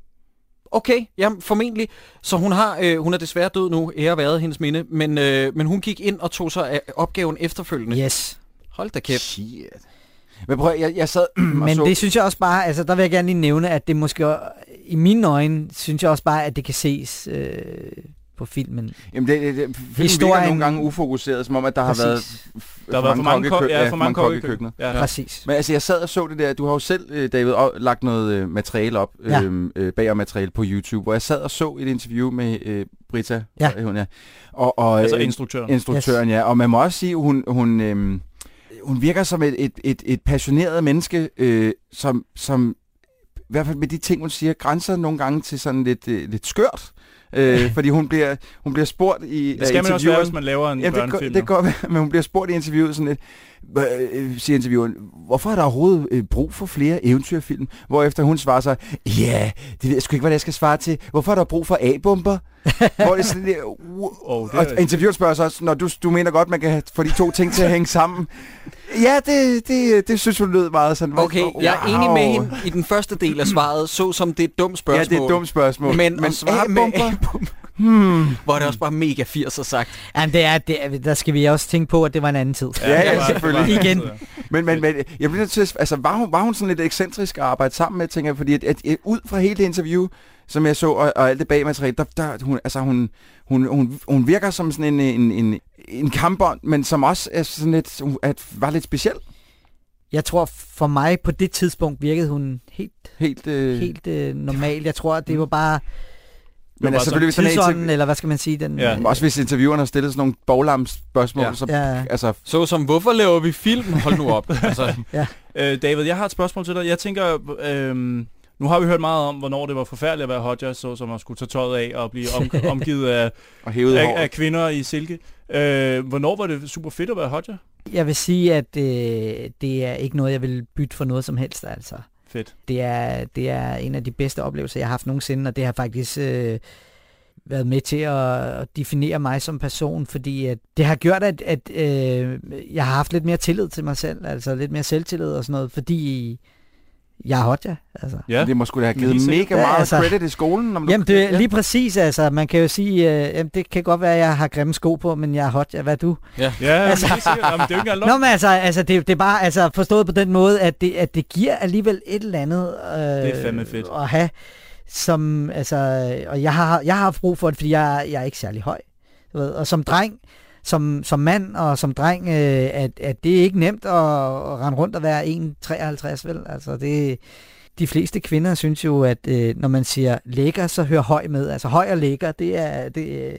Speaker 1: Okay, jamen formentlig. Så hun har, øh, hun er desværre død nu, ære været hendes minde, men, øh, men hun gik ind og tog sig af opgaven efterfølgende.
Speaker 8: Yes.
Speaker 1: Hold da kæft.
Speaker 6: Shit. Men prøv at- jeg, jeg sad og
Speaker 8: Mm, Men
Speaker 6: så...
Speaker 8: det synes jeg også bare, altså der vil jeg gerne lige nævne, at det måske, også- i mine øjne, synes jeg også bare, at det kan ses øh, på filmen.
Speaker 6: Jamen, det, det, det filmen Historien...
Speaker 8: Historien-
Speaker 6: virker nogle gange ufokuseret, som om, at der har
Speaker 8: Præcis.
Speaker 6: været...
Speaker 7: Der har været for mange, ko- ja, for mange kokke i køkkenet. Ja.
Speaker 8: Ja. Præcis.
Speaker 6: Men altså, jeg sad og så det der. Du har jo selv, øh, David, og- lagt noget øh, materiale op,
Speaker 8: Ja.
Speaker 6: øhm, øh, bag og materiale på YouTube, hvor jeg sad og så et interview med øh, Britta,
Speaker 8: Ja.
Speaker 6: øh, hun er. Og, og,
Speaker 7: Altså
Speaker 6: øh,
Speaker 7: instruktøren.
Speaker 6: instruktøren, ja. Og man må også sige, hun, hun, øhm, hun virker som et, et, et, et passioneret menneske, øh, som, som hvert fald med de ting, hun siger, grænser nogle gange til sådan lidt, øh, lidt skørt. Øh, fordi hun bliver, hun bliver spurgt i
Speaker 7: Det skal man også være, hvis man laver en
Speaker 6: Ja, det, går,
Speaker 7: børnefilm.
Speaker 6: det
Speaker 7: jo.
Speaker 6: kan godt være, men hun bliver spurgt i interviewet sådan lidt, "Hva- øh, siger intervieweren, hvorfor er der overhovedet øh, brug for flere eventyrfilm? Hvorefter hun svarer sig, ja, det ved jeg sgu ikke, hvad jeg skal svare til. Hvorfor er der brug for A-bomber? Hvor det er sådan, lidt, "Wow."
Speaker 7: Åh, det
Speaker 6: og
Speaker 7: er-
Speaker 6: intervieweren spørger så også, når du, du mener godt, man kan have- få de to ting til at hænge sammen. Ja, det, det, det synes hun lød meget sådan.
Speaker 1: Okay,
Speaker 6: "Wow."
Speaker 1: jeg er enig med hende i den første del af svaret, så som det er et dumt spørgsmål.
Speaker 6: Ja, det er et dumt spørgsmål.
Speaker 1: Men, men at svare med
Speaker 6: A-bomber? Hmm.
Speaker 1: A-bomber, hvor er det også bare mega 80'er sagt.
Speaker 8: Jamen, det er, det er, der skal vi også tænke på, at det var en anden tid.
Speaker 6: Ja, ja,
Speaker 7: det var-
Speaker 6: selvfølgelig.
Speaker 7: det var-
Speaker 8: Igen.
Speaker 6: Men, men, men jeg bliver nødt til at, altså, var, hun, var hun sådan lidt ekscentrisk at arbejde sammen med, tænker jeg, fordi at, at, at ud fra hele det interview, som jeg så, og, og alt det bagmateriale, der, der hun, altså, hun, hun, hun, hun virker som sådan en, en, en, en kampbånd, men som også er sådan lidt, at var lidt speciel.
Speaker 8: Jeg tror, for mig på det tidspunkt virkede hun helt,
Speaker 6: Helt, øh, Mm. helt
Speaker 8: helt øh, normal. Jeg tror, det var bare
Speaker 6: men
Speaker 7: bare
Speaker 6: altså, selvfølgelig, hvis den er
Speaker 8: tidsånden,
Speaker 6: interv-
Speaker 8: eller hvad skal man sige? Den,
Speaker 7: Ja.
Speaker 8: øh,
Speaker 6: Men også hvis intervieweren har stillet sådan nogle boglams spørgsmål, ja.
Speaker 7: Ja.
Speaker 6: så
Speaker 8: Ja.
Speaker 6: altså,
Speaker 1: Så som, hvorfor laver vi film? Hold nu op. Altså,
Speaker 7: Øh, David, jeg har et spørgsmål til dig. Jeg tænker, øh, nu har vi hørt meget om, hvornår det var forfærdeligt at være hodja, så som at skulle tage tøjet af og blive om, omgivet af,
Speaker 6: og hævet
Speaker 7: af, af
Speaker 6: håret.
Speaker 7: kvinder i silke. Øh, hvornår var det super fedt at være hodja?
Speaker 8: Jeg vil sige, at øh, det er ikke noget, jeg vil bytte for noget som helst, altså.
Speaker 7: Fedt.
Speaker 8: Det er, det er en af de bedste oplevelser, jeg har haft nogensinde, og det har faktisk øh, været med til at, at definere mig som person, fordi at det har gjort, at, at øh, jeg har haft lidt mere tillid til mig selv, altså lidt mere selvtillid og sådan noget, fordi jeg er hot, ja. Altså.
Speaker 7: Ja.
Speaker 6: Det må sgu da have
Speaker 7: Helt
Speaker 6: givet
Speaker 7: sikkert.
Speaker 6: mega
Speaker 8: Ja,
Speaker 6: meget
Speaker 8: altså.
Speaker 6: credit i skolen. Om du-
Speaker 8: Jamen, det
Speaker 6: Ja.
Speaker 8: er lige præcis, altså. Man kan jo sige, øh, jamen, det kan godt være, at jeg har grimme sko på, men jeg er hot, ja. Hvad er du?
Speaker 7: Ja, altså, det, er Jamen, det er jo ikke engang
Speaker 8: Nå,
Speaker 7: løgn.
Speaker 8: men altså, altså det, det er bare altså, forstået på den måde, at det, at det giver alligevel et eller andet øh,
Speaker 7: Det er fandme fedt.
Speaker 8: at have. Som, altså, og jeg har, jeg har haft brug for det, fordi jeg, jeg er ikke særlig høj. Du ved. Og som dreng, som, som mand og som dreng, øh, at, at det er ikke nemt at, at rende rundt og være 1,53, vel? Altså, det, de fleste kvinder synes jo, at øh, når man siger lækker, så hører høj med. Altså høj og lækker, det er... Det, øh,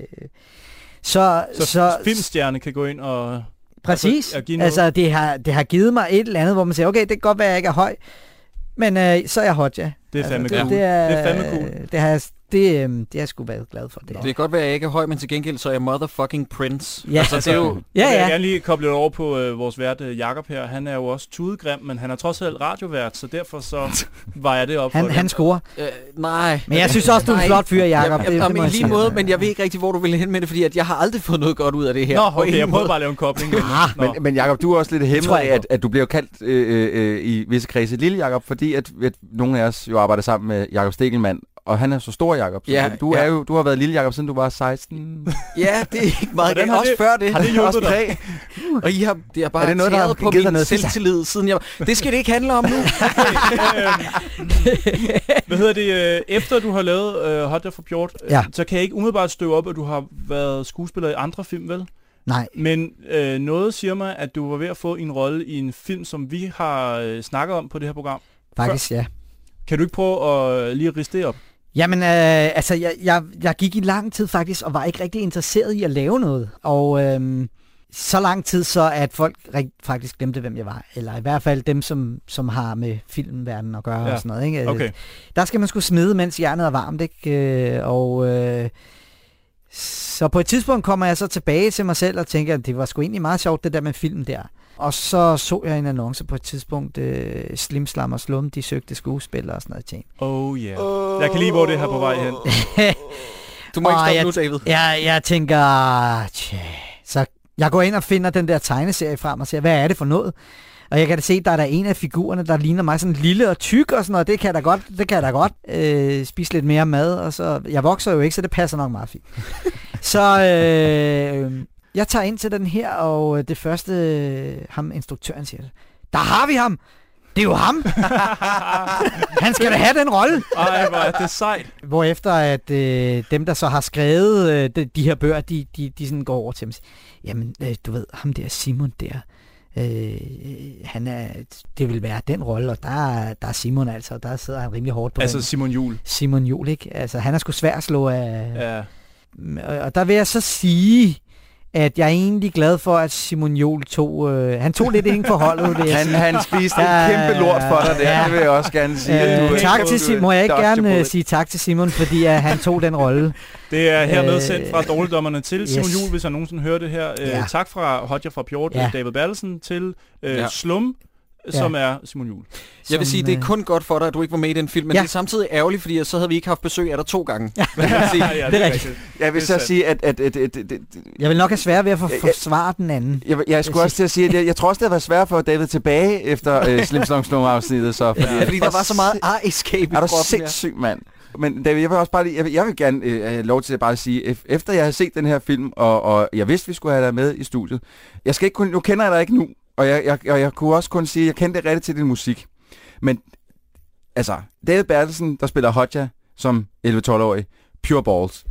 Speaker 8: så,
Speaker 7: Så, så filmstjerne kan gå ind og...
Speaker 8: Præcis.
Speaker 7: at give
Speaker 8: Altså,
Speaker 7: noget.
Speaker 8: altså det, har, det har givet mig et eller andet, hvor man siger, okay, det kan godt være, at jeg ikke er høj, men øh, så er jeg hot, ja.
Speaker 7: Det er fandme
Speaker 8: altså,
Speaker 7: cool.
Speaker 8: Det, er,
Speaker 7: Det er fandme cool.
Speaker 8: Det har, jeg- det, øh, det har jeg sgu været glad for. Det.
Speaker 1: det kan godt være, at jeg ikke er høj, men til gengæld så er jeg motherfucking prince.
Speaker 8: Ja.
Speaker 1: altså, det er jo...
Speaker 8: Ja,
Speaker 7: Jeg vil
Speaker 8: ja.
Speaker 7: gerne lige koble det over på øh, vores vært øh, Jakob her. Han er jo også tudegrim, men han er trods alt radiovært, så derfor så vejer det op for
Speaker 8: Han,
Speaker 7: det.
Speaker 8: han scorer.
Speaker 1: Øh, nej.
Speaker 8: Men jeg synes også, du er en
Speaker 1: Nej.
Speaker 8: flot fyr, Jacob.
Speaker 1: Jamen, jamen,
Speaker 8: må
Speaker 1: i
Speaker 8: jeg
Speaker 1: lige
Speaker 8: sige.
Speaker 1: måde, men jeg ved ikke rigtig, hvor du ville hen med det, fordi at jeg har aldrig fået noget godt ud af det her.
Speaker 7: Nå,
Speaker 1: På
Speaker 7: okay,
Speaker 1: ingen
Speaker 7: jeg prøvede
Speaker 1: måde.
Speaker 7: bare at lave en kobling.
Speaker 8: Ah,
Speaker 7: Nå.
Speaker 6: Men, men Jacob, du er også lidt hæmmet
Speaker 8: tror jeg
Speaker 6: af,
Speaker 8: ikke
Speaker 6: at, at du bliver jo kaldt øh, øh, øh, i visse kredse Lille Jacob, fordi at, at nogle af os jo arbejder sammen med Jacob Stegelmann, og han er så stor Jacob. Så
Speaker 1: Ja,
Speaker 6: du, er
Speaker 1: ja.
Speaker 6: jo, du har været Lille Jacob, siden du var 16.
Speaker 1: Ja, det er ikke meget.
Speaker 7: Hvordan
Speaker 1: Hvordan
Speaker 7: har
Speaker 1: også
Speaker 7: det-
Speaker 1: før det.
Speaker 7: har det
Speaker 1: også
Speaker 7: hjulpet dig?
Speaker 1: præg. Og I har, det har bare
Speaker 6: Er det noget, der har
Speaker 1: tæret på
Speaker 6: givet dig
Speaker 1: min
Speaker 6: noget
Speaker 1: selvtillid, siden jeg... Det skal det ikke handle om nu.
Speaker 7: Øhm, Hvad hedder det? øh, Efter du har lavet øh, Hot Dog for Pjort, øh,
Speaker 8: Ja.
Speaker 7: så kan jeg ikke umiddelbart støve op, at du har været skuespiller i andre film, vel?
Speaker 8: Nej.
Speaker 7: Men øh, noget siger mig, at du var ved at få en rolle i en film, som vi har øh, snakket om på det her program.
Speaker 8: Faktisk, ja.
Speaker 7: Kan du ikke prøve at øh, lige riste det op?
Speaker 8: Jamen, øh, altså, jeg, jeg, jeg gik i lang tid faktisk, og var ikke rigtig interesseret i at lave noget. Og øh, så lang tid så, at folk rigt, faktisk glemte, hvem jeg var. Eller i hvert fald dem, som, som har med filmverdenen at gøre
Speaker 7: Ja.
Speaker 8: ja. og sådan noget. Ikke? Øh,
Speaker 7: Okay.
Speaker 8: Der skal man skulle smide, mens jernet er varmt, ikke? Øh, Og øh, så på et tidspunkt kommer jeg så tilbage til mig selv og tænker, at det var sgu egentlig meget sjovt, det der med filmen der. Og så så jeg en annonce på et tidspunkt, øh, Slim Slam og Slum, de søgte skuespillere og sådan noget. Jeg tænkte,
Speaker 7: Oh yeah. Jeg kan lige hvor det her på vej hen.
Speaker 1: Du må ikke stoppe
Speaker 8: Åh, jeg-
Speaker 1: nu, David.
Speaker 8: Jeg, jeg tænker, tja, så jeg går ind og finder den der tegneserie frem og ser, hvad er det for noget? Og jeg kan da se, der er der en af figurerne, der ligner mig sådan lille og tyk og sådan noget. Det kan jeg da godt, det kan jeg da godt øh, spise lidt mere mad. Og så, jeg vokser jo ikke, så det passer nok meget fint. så øh, jeg tager ind til den her, og øh, det første, øh, ham instruktøren siger, der har vi ham! Det er jo ham! Han skal da have den rolle!
Speaker 7: Ej, hvor er det sejt.
Speaker 8: Hvorefter at øh, dem, der så har skrevet øh, de, de her bøger, de, de, de sådan går over til dem og siger, jamen øh, du ved, ham der Simon der, øh, han er, det vil være den rolle, og der, er- der er Simon altså, og der sidder han rimelig hårdt på altså,
Speaker 7: Altså
Speaker 8: den.
Speaker 7: Simon Jul.
Speaker 8: Simon Juhl, ikke? Altså, han er sgu svær at slå af...
Speaker 7: Ja.
Speaker 8: Og, og der vil jeg så sige, at jeg er egentlig glad for, at Simon Jol tog... Øh, han tog lidt ind for holdet, vil jeg
Speaker 6: Han,
Speaker 8: sige.
Speaker 6: han spiste
Speaker 8: Ja,
Speaker 6: en kæmpe lort for dig der,
Speaker 8: ja.
Speaker 6: det vil jeg også gerne sige. at
Speaker 8: Øh,
Speaker 6: du-
Speaker 8: tak
Speaker 6: du-
Speaker 8: til
Speaker 6: du-
Speaker 8: Simon. Må jeg ikke
Speaker 6: dodged
Speaker 8: gerne
Speaker 6: a
Speaker 8: øh,
Speaker 6: bullet.
Speaker 8: sige tak til Simon, fordi at han tog den rolle.
Speaker 7: Det er hermed
Speaker 8: Øh,
Speaker 7: sendt fra dårligdommerne til yes. Simon
Speaker 8: yes.
Speaker 7: Juhl, hvis han nogensinde hører det her. Øh,
Speaker 8: Ja.
Speaker 7: Tak fra Hodja fra Pjort,
Speaker 8: Ja.
Speaker 7: ja. David Bertelsen, til øh,
Speaker 1: Ja.
Speaker 7: ja. Slum, som er Simon Juhl.
Speaker 1: Jeg vil sige, det er
Speaker 8: øh,
Speaker 1: kun godt for dig, at du ikke var med i den film, men
Speaker 8: Ja.
Speaker 1: det er samtidig ærgerligt, fordi så havde vi ikke haft besøg af dig to gange. Ja. sige.
Speaker 7: ja,
Speaker 8: det er rigtigt.
Speaker 6: Jeg
Speaker 7: Det er
Speaker 6: vil så
Speaker 7: sandt.
Speaker 6: sige, at... at, at, at, at, at
Speaker 8: Jeg vil nok have svært ved at for,
Speaker 6: Jeg- jeg-
Speaker 8: forsvare den anden.
Speaker 6: jeg, jeg skulle også til at sige, at jeg, jeg tror også, det havde været svært for David tilbage efter øh, Slim Slum Slum afsnittet. Så, fordi,
Speaker 1: Ja, fordi der var så meget ar-escape i
Speaker 6: Er du
Speaker 1: kroppen. ja.
Speaker 6: sindssyg, mand? Men David, jeg vil også bare lige, jeg vil, jeg vil gerne øh, have lov til at bare sige, ef- efter jeg havde set den her film, og, og jeg vidste, vi skulle have dig med i studiet, jeg skal ikke kun, nu kender jeg dig ikke nu, og jeg, jeg, jeg, jeg kunne også kun sige, at jeg kendte rigtigt til din musik. Men altså, David Bertelsen, der spiller Hodja som 11-12-årig, pure balls.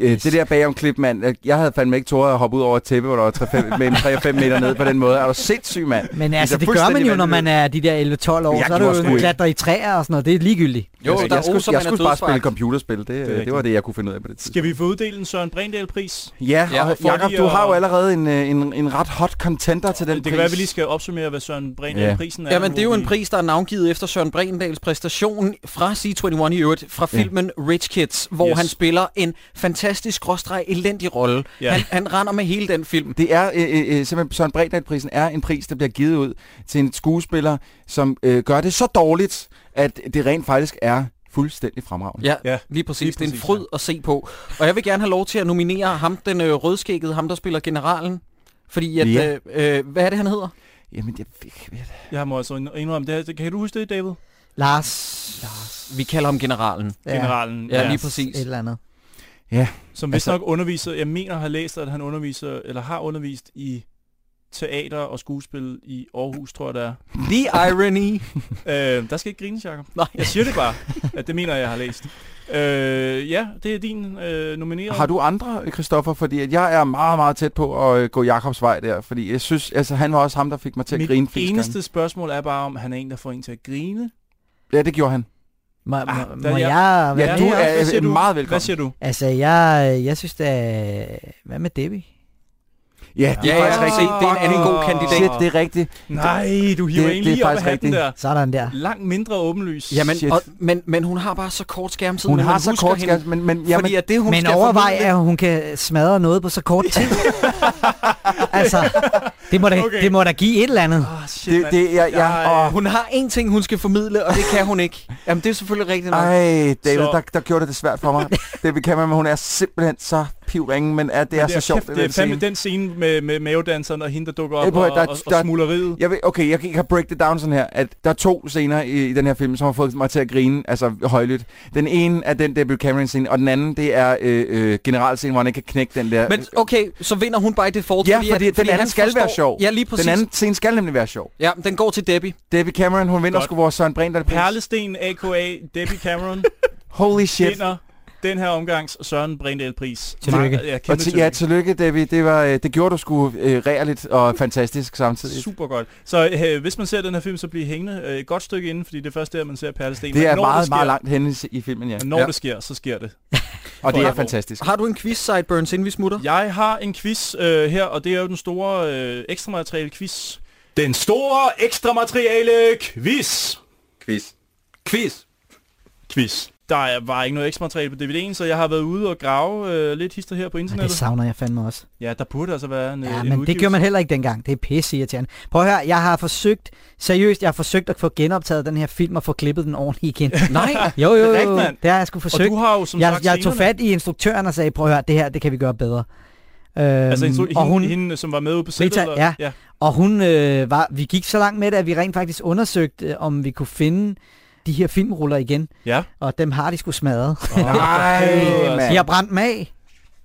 Speaker 6: Øh, Det der bagom klip, mand. øh, Jeg havde fandme ikke tåret at hoppe ud over et tæppe, hvor der var 3, 5, mellem 3 og 5 meter ned på den måde. Er du sindssyg, mand?
Speaker 8: Men altså,
Speaker 6: er
Speaker 8: det gør man
Speaker 6: fuldstændig
Speaker 8: jo, når man er de der 11-12 år.
Speaker 6: Jeg
Speaker 8: så er
Speaker 6: gjorde
Speaker 8: det
Speaker 6: sgu
Speaker 8: jo
Speaker 6: ikke.
Speaker 8: klatre i træer og sådan noget. Det er ligegyldigt.
Speaker 1: Jo,
Speaker 6: altså,
Speaker 1: der
Speaker 6: jeg skulle,
Speaker 1: oser
Speaker 6: jeg
Speaker 1: man af
Speaker 6: skulle bare spille
Speaker 1: dødsforagt.
Speaker 6: computerspil. Det, øh, det,
Speaker 7: rigtigt.
Speaker 6: det, var det, jeg kunne finde ud af på det tidspunkt.
Speaker 7: Skal vi få uddelt en Søren Brindal-pris?
Speaker 6: Ja,
Speaker 1: Ja,
Speaker 6: ja og
Speaker 7: for
Speaker 6: Jacob,
Speaker 7: lige
Speaker 6: du
Speaker 7: at-
Speaker 6: har jo allerede en, øh, en, en ret hot contender til den
Speaker 7: Det
Speaker 6: pris.
Speaker 7: kan være, at vi lige skal opsummere, hvad Søren Brindal-prisen er.
Speaker 1: Ja, men det er jo
Speaker 7: hvor
Speaker 1: en
Speaker 7: vi-
Speaker 1: pris, der er navngivet efter Søren Brindals præstation fra C21 i øvrigt, fra
Speaker 6: Ja.
Speaker 1: filmen Rich Kids, hvor
Speaker 7: Yes.
Speaker 1: han spiller en fantastisk, gråstreg, elendig rolle.
Speaker 7: Ja.
Speaker 1: Han, han render med hele den film.
Speaker 6: Det er øh, øh, øh, simpelthen, Søren Bredal-prisen er en pris, der bliver givet ud til en skuespiller, som øh, gør det så dårligt, at det rent faktisk er fuldstændig fremragende.
Speaker 1: Ja, ja
Speaker 7: Ja,
Speaker 1: lige præcis.
Speaker 7: lige
Speaker 1: det er en
Speaker 7: præcis,
Speaker 1: fryd at se på. Og jeg vil gerne have lov til at nominere ham, den øh, rødskækkede, ham der spiller generalen. Fordi at,
Speaker 6: Ja.
Speaker 1: ja. øh, øh, hvad er det, han hedder?
Speaker 6: Jamen, jeg, jeg, jeg,
Speaker 7: Jeg må altså indrømme det her. Kan du huske det, David?
Speaker 8: Lars.
Speaker 1: Vi kalder ham generalen.
Speaker 8: Ja.
Speaker 7: Generalen.
Speaker 1: Ja, lige
Speaker 8: Et
Speaker 1: præcis.
Speaker 8: eller andet.
Speaker 7: Som vist
Speaker 6: Altså-
Speaker 7: nok underviser, jeg mener har læst, at han underviser, eller har undervist i teater og skuespil i Aarhus, tror jeg det er.
Speaker 1: The irony.
Speaker 7: Øh, der skal ikke grines, Jacob.
Speaker 1: Nej.
Speaker 7: Jeg siger det bare, at det mener jeg, jeg har læst. Øh, ja, det er din øh, nominering.
Speaker 6: Har du andre, Christoffer? Fordi at jeg er meget, meget tæt på at øh, gå Jakobs vej der. Fordi jeg synes, altså, han var også ham, der fik mig til at
Speaker 7: Mit
Speaker 6: grine flest
Speaker 7: eneste
Speaker 6: gange.
Speaker 7: spørgsmål er bare, om han er en, der får en til at grine.
Speaker 6: Ja, det gjorde han.
Speaker 8: Må, må,
Speaker 7: Ah, der
Speaker 8: må
Speaker 7: er jeg-
Speaker 8: jeg
Speaker 6: Ja,
Speaker 8: være
Speaker 6: du
Speaker 8: med?
Speaker 6: er- øh,
Speaker 7: Hvad siger du?
Speaker 6: meget velkommen.
Speaker 7: Hvad siger du?
Speaker 8: Altså, jeg, jeg synes da... Hvad med Debbie?
Speaker 6: Ja,
Speaker 1: Ja,
Speaker 6: faktisk
Speaker 1: ja, se, det er en anden god kandidat.
Speaker 6: Shit, det er rigtigt.
Speaker 7: Nej, du hiver
Speaker 6: Det-
Speaker 7: en
Speaker 6: det er
Speaker 7: lige op af
Speaker 6: faktisk
Speaker 7: hatten der.
Speaker 8: Så er der en der.
Speaker 7: Langt mindre åbenlys.
Speaker 1: Jamen,
Speaker 6: Shit.
Speaker 1: og, men, men hun har bare så kort skærmtid.
Speaker 6: Hun
Speaker 1: men
Speaker 6: har
Speaker 1: man
Speaker 6: så
Speaker 1: husker
Speaker 6: kort
Speaker 1: hende,
Speaker 6: skærm, men, men,
Speaker 1: Ja,
Speaker 6: jamen,
Speaker 1: fordi at det, hun
Speaker 8: Men
Speaker 1: skal
Speaker 8: overvej,
Speaker 1: formidle-
Speaker 8: at hun kan smadre noget på så kort tid. altså, det må, da,
Speaker 7: Okay.
Speaker 8: det må da give et eller andet.
Speaker 7: Ah, shit,
Speaker 6: det,
Speaker 7: mand.
Speaker 6: det, jeg, jeg,
Speaker 7: Jeg-
Speaker 6: åh,
Speaker 1: Hun har én ting, hun skal formidle, og det kan hun ikke. Jamen, det er selvfølgelig rigtigt nok.
Speaker 6: Ej, David,
Speaker 7: Så-
Speaker 6: der, der gjorde det det svært for mig. det vi kan man, hun er simpelthen så pivringen, men at det er
Speaker 7: Men
Speaker 6: så sjovt,
Speaker 7: kæft,
Speaker 6: det,
Speaker 7: Det
Speaker 6: der
Speaker 7: er fandme
Speaker 6: scene.
Speaker 7: den scene med, med mavedanseren og hende, der dukker op
Speaker 6: Hey,
Speaker 7: hey,
Speaker 6: prøv
Speaker 7: og,
Speaker 6: at- der-
Speaker 7: og, og
Speaker 6: der-
Speaker 7: smugleriet.
Speaker 6: Jeg, ved, okay, jeg kan jeg kan break det down sådan her, at der er to scener i, i den her film, som har fået mig til at grine, altså højlydt. Den ene er den David Cameron-scene, og den anden, det er øh, øh, generalscenen, hvor han ikke kan knække den der...
Speaker 1: Men okay, så vinder hun by default.
Speaker 6: ja,
Speaker 1: fordi,
Speaker 6: fordi
Speaker 1: at,
Speaker 6: den anden
Speaker 1: han
Speaker 6: skal
Speaker 1: forstår,
Speaker 6: være sjov.
Speaker 1: Ja, lige præcis.
Speaker 6: Den anden scene skal nemlig være sjov.
Speaker 1: Ja, den går til Debbie.
Speaker 6: David Cameron, hun vinder
Speaker 7: Godt.
Speaker 6: sgu vores Søren Brindal.
Speaker 7: Perlesten, a.k.a. Debbie Cameron,
Speaker 6: Holy shit.
Speaker 7: vinder den her omgangs Søren Brindel-pris.
Speaker 8: Tillykke.
Speaker 7: Ja, kæmpe
Speaker 6: Og til, ja,
Speaker 7: tillykke.
Speaker 6: tillykke, David. Det, var, øh, det gjorde du sgu øh, rærligt og fantastisk samtidig.
Speaker 7: Super godt. Så øh, hvis man ser den her film, så bliver hængende øh, et godt stykke inden, fordi det er først der, man ser Perlesten.
Speaker 6: Det
Speaker 7: Men
Speaker 6: er
Speaker 7: når
Speaker 6: meget,
Speaker 7: sker,
Speaker 6: meget langt henne i- i filmen, ja.
Speaker 7: men Når
Speaker 1: Ja.
Speaker 7: det sker, så sker det.
Speaker 6: Og det
Speaker 7: For
Speaker 6: er
Speaker 7: alvor.
Speaker 6: fantastisk.
Speaker 1: Har du en quiz, Sideburns, inden vi smutter?
Speaker 7: Jeg har en quiz øh, her, og det er jo den store øh, ekstra materiale quiz. Den store ekstra materiale quiz.
Speaker 6: Quiz.
Speaker 7: Quiz. Der er- var ikke noget ekstra materiale på DVD'en, så jeg har været ude og grave øh, lidt hister her på
Speaker 8: Ja, det
Speaker 7: internettet.
Speaker 8: savner jeg fandme også.
Speaker 7: Ja, der burde altså være en, øh,
Speaker 8: Ja,
Speaker 7: en
Speaker 8: men det gjorde man heller ikke dengang. Det er pisse irriterende. Prøv at høre, jeg har forsøgt, seriøst, jeg har forsøgt at få genoptaget den her film og få klippet den ordentligt igen.
Speaker 1: Nej.
Speaker 8: Jo, jo,
Speaker 7: Det er
Speaker 8: jo,
Speaker 7: rigtigt,
Speaker 8: det,
Speaker 7: mand.
Speaker 8: det har jeg sgu
Speaker 7: Og
Speaker 8: forsøgt.
Speaker 7: du har jo som
Speaker 8: Jeg,
Speaker 7: sagt
Speaker 8: jeg tog
Speaker 7: scenerne.
Speaker 8: fat i instruktøren og sagde, prøv at høre, det her, det kan vi gøre bedre. Øhm,
Speaker 7: Altså instru-
Speaker 8: og
Speaker 7: hende,
Speaker 8: hun,
Speaker 7: hende, som var med ude på sættet?
Speaker 8: Rita,
Speaker 7: eller-
Speaker 8: ja.
Speaker 7: ja.
Speaker 8: Og hun øh, var, vi gik så langt med det, at vi rent faktisk undersøgte, øh, om vi kunne finde de her filmruller igen.
Speaker 7: Ja.
Speaker 8: Og dem har de skulle smadre.
Speaker 6: Nej,
Speaker 8: De
Speaker 6: mand.
Speaker 8: har brændt dem af.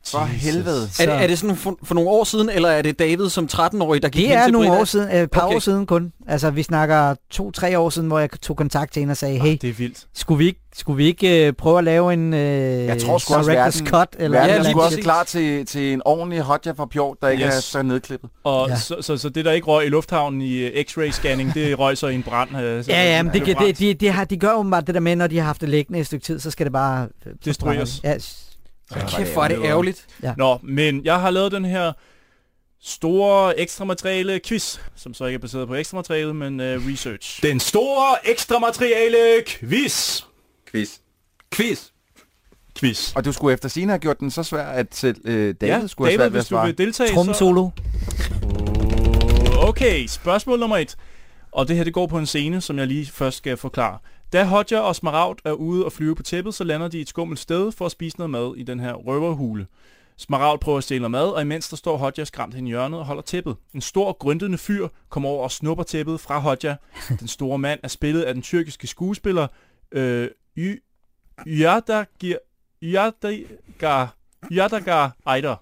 Speaker 6: For helvede.
Speaker 1: Er, det- er det sådan for, for nogle år siden, eller er det David som 13-årig, der gik
Speaker 8: Det
Speaker 1: hen
Speaker 8: er
Speaker 1: til
Speaker 8: nogle
Speaker 1: Britta?
Speaker 8: år siden, øh, et par
Speaker 1: Okay.
Speaker 8: okay. år siden kun. Altså, vi snakker to-tre år siden, hvor jeg tog kontakt til hende og sagde, hey,
Speaker 7: Det er vildt.
Speaker 8: skulle vi ikke, skulle vi ikke øh, prøve at lave en øh, jeg
Speaker 6: tror sgu også,
Speaker 8: director's
Speaker 6: verden-
Speaker 8: cut? Eller
Speaker 6: Verden
Speaker 1: Ja,
Speaker 6: er
Speaker 1: lige
Speaker 6: sgu også
Speaker 1: præcis.
Speaker 6: klar til, til en ordentlig hotja fra Pjort, der ikke
Speaker 7: Yes.
Speaker 6: er så nedklippet.
Speaker 7: Og
Speaker 8: Ja.
Speaker 7: ja. så, så, så det, der ikke røg i lufthavnen i øh, x-ray-scanning, det røg så i en brand. øh, så-
Speaker 8: Ja, ja, men det,
Speaker 7: blev
Speaker 8: det, det,
Speaker 7: brændt.
Speaker 8: de, de, har, de gør åbenbart det der med, når de har haft det liggende et stykke tid, så skal det bare... øh,
Speaker 7: Destrueres.
Speaker 8: Ja, s-
Speaker 1: Kæft, hvor er det ærgerligt.
Speaker 7: Nå, men jeg har lavet den her store ekstra materiale quiz, som så ikke er baseret på ekstra materiale, men øh, research.
Speaker 5: Den store ekstra materiale quiz.
Speaker 6: Quiz.
Speaker 5: Quiz. Quiz.
Speaker 6: Og du skulle efter sine have gjort den så svær, at selv øh, David ja, skulle
Speaker 7: David,
Speaker 6: have svært ved at
Speaker 7: hvis du
Speaker 6: svare.
Speaker 7: vil deltage, så...
Speaker 8: Tromsolo.
Speaker 7: Okay, spørgsmål nummer et. Og det her, det går på en scene, som jeg lige først skal forklare. Da Hodja og Smaragd er ude og flyve på tæppet, så lander de et skummelt sted for at spise noget mad i den her røverhule. Smaragd prøver at stjæle noget mad, og imens der står Hodja skræmt hen i hjørnet og holder tæppet. En stor, grøntende fyr kommer over og snupper tæppet fra Hodja. Den store mand er spillet af den tyrkiske skuespiller øh, y- Yadagir, Yadagar, Yadagar Eider.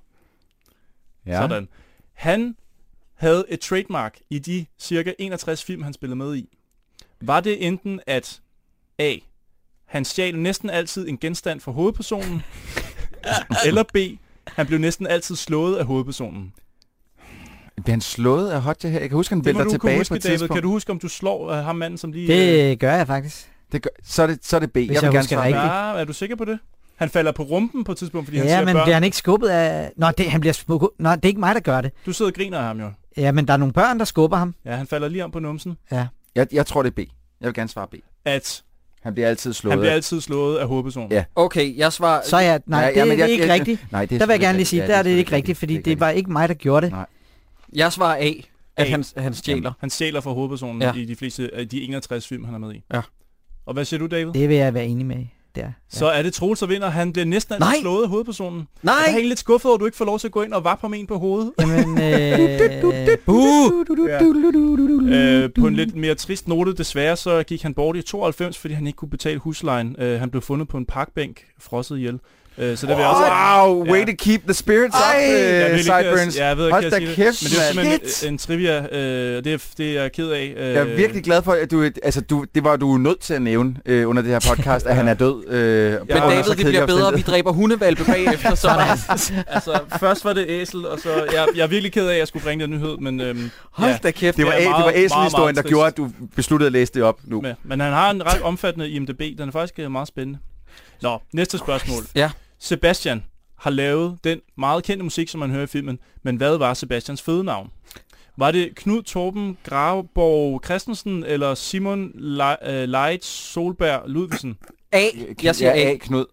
Speaker 7: Ja. Sådan. Han havde et trademark i de cirka 61 film, han spillede med i. Var det enten at A. Han stjal næsten altid en genstand fra hovedpersonen, eller B. Han blev næsten altid slået af hovedpersonen.
Speaker 6: Bliver han slået af Hodja her? Jeg kan huske, han
Speaker 7: Det må
Speaker 6: vælter
Speaker 7: du kunne
Speaker 6: tilbage på
Speaker 7: huske,
Speaker 6: et
Speaker 7: David.
Speaker 6: tidspunkt.
Speaker 7: Kan du huske, om du slår uh, ham manden, som lige... øh,
Speaker 8: Det gør jeg faktisk.
Speaker 6: Det gør, så, er det, så er det B. jeg vil
Speaker 8: jeg
Speaker 6: gerne
Speaker 8: husker
Speaker 6: svare.
Speaker 8: rigtigt.
Speaker 7: ja, er du sikker på det? Han falder på rumpen på et tidspunkt, fordi han
Speaker 8: Ja,
Speaker 7: siger,
Speaker 8: men
Speaker 7: børn,
Speaker 8: bliver han ikke skubbet af... Nå, det, han bliver skubbet... Nå, det er ikke mig, der gør det.
Speaker 7: du sidder og griner af ham jo.
Speaker 8: Ja, men der er nogle børn, der skubber ham.
Speaker 7: Ja, han falder lige om på numsen.
Speaker 6: Jeg, jeg tror, det er B. Jeg vil gerne svare B.
Speaker 7: At
Speaker 6: Han bliver altid slået.
Speaker 7: han bliver
Speaker 6: af-
Speaker 7: altid slået af hovedpersonen.
Speaker 6: Ja.
Speaker 1: Okay, jeg svarer...
Speaker 8: Så ja, nej,
Speaker 6: Ja,
Speaker 8: ja,
Speaker 6: ja,
Speaker 8: det, ja,
Speaker 6: men
Speaker 8: det er
Speaker 6: jeg-
Speaker 8: ikke
Speaker 6: jeg-
Speaker 8: rigtigt.
Speaker 6: Nej, det er
Speaker 8: Der vil jeg
Speaker 6: selvfølgelig
Speaker 8: gerne lige sige,
Speaker 6: rigtigt.
Speaker 8: der
Speaker 6: Ja,
Speaker 8: er det ikke
Speaker 6: selvfølgelig
Speaker 8: rigtigt, fordi
Speaker 6: er
Speaker 8: det var ikke mig, der gjorde det.
Speaker 6: Nej.
Speaker 1: Jeg svarer A, at
Speaker 7: A.
Speaker 1: han, han stjæler.
Speaker 7: Han stjæler fra hovedpersonen ja.
Speaker 1: Ja.
Speaker 7: i de fleste af de 61 film, han er med i.
Speaker 1: Ja.
Speaker 7: Og hvad siger du, David?
Speaker 8: Det vil jeg være enig med der.
Speaker 7: Så er det Troels, der vinder. Han bliver næsten altid
Speaker 1: Nej.
Speaker 7: slået af hovedpersonen. Nej. Jeg er
Speaker 1: Nej!
Speaker 7: egentlig lidt skuffet over, at du ikke får lov til at gå ind og vappe ham en på hovedet.
Speaker 8: Jamen, øh, buh!
Speaker 7: Ja.
Speaker 6: Mm.
Speaker 7: Øh, på en lidt mere trist note, desværre, så gik han bort i 92, fordi han ikke kunne betale huslejen. Øh, han blev fundet på en parkbænk, frosset ihjel. Øh, så det vil jeg også...
Speaker 6: Wow, way
Speaker 7: Ja.
Speaker 6: to keep the spirits up,
Speaker 7: Jeg
Speaker 6: øh,
Speaker 7: vil ikke,
Speaker 6: Sideburns.
Speaker 7: Jeg, jeg ved ikke,
Speaker 6: Hold
Speaker 7: jeg
Speaker 6: da
Speaker 7: siger
Speaker 6: kæft,
Speaker 7: det. Men det er
Speaker 6: mand.
Speaker 7: simpelthen en, en trivia, øh, og det, er, det er jeg ked af. Øh,
Speaker 6: Jeg er virkelig glad for, at du, altså, du, det var du nødt til at nævne øh, under det her podcast, at han er død. Øh, på
Speaker 1: Men
Speaker 6: grund af
Speaker 1: David,
Speaker 6: så
Speaker 1: det
Speaker 6: kedelige
Speaker 1: bliver bedre, vi
Speaker 6: omstændigheder.
Speaker 1: dræber hundevalpe bagefter, så er der...
Speaker 7: altså, først var det æsel, og så... Jeg, jeg er virkelig ked af, at jeg skulle bringe den nyhed, men... Øhm, ja.
Speaker 1: Hold da kæft.
Speaker 6: Det var,
Speaker 7: Ja,
Speaker 6: ja, det
Speaker 7: meget,
Speaker 6: var
Speaker 7: meget,
Speaker 6: æselhistorien, der
Speaker 7: meget trist.
Speaker 6: gjorde, at du besluttede at læse det op nu.
Speaker 7: med. Men han har en ret omfattende IMDB. Den er faktisk øh, meget spændende. Nå, næste spørgsmål.
Speaker 1: Ja.
Speaker 7: Sebastian har lavet den meget kendte musik, som man hører i filmen. Men hvad var Sebastians fødenavn? Var det Knud Torben Gravborg Christensen eller Simon Le- øh, Leit Solberg Ludvigsen?
Speaker 1: A. Jeg siger
Speaker 6: ja,
Speaker 1: A.
Speaker 6: A, Knud.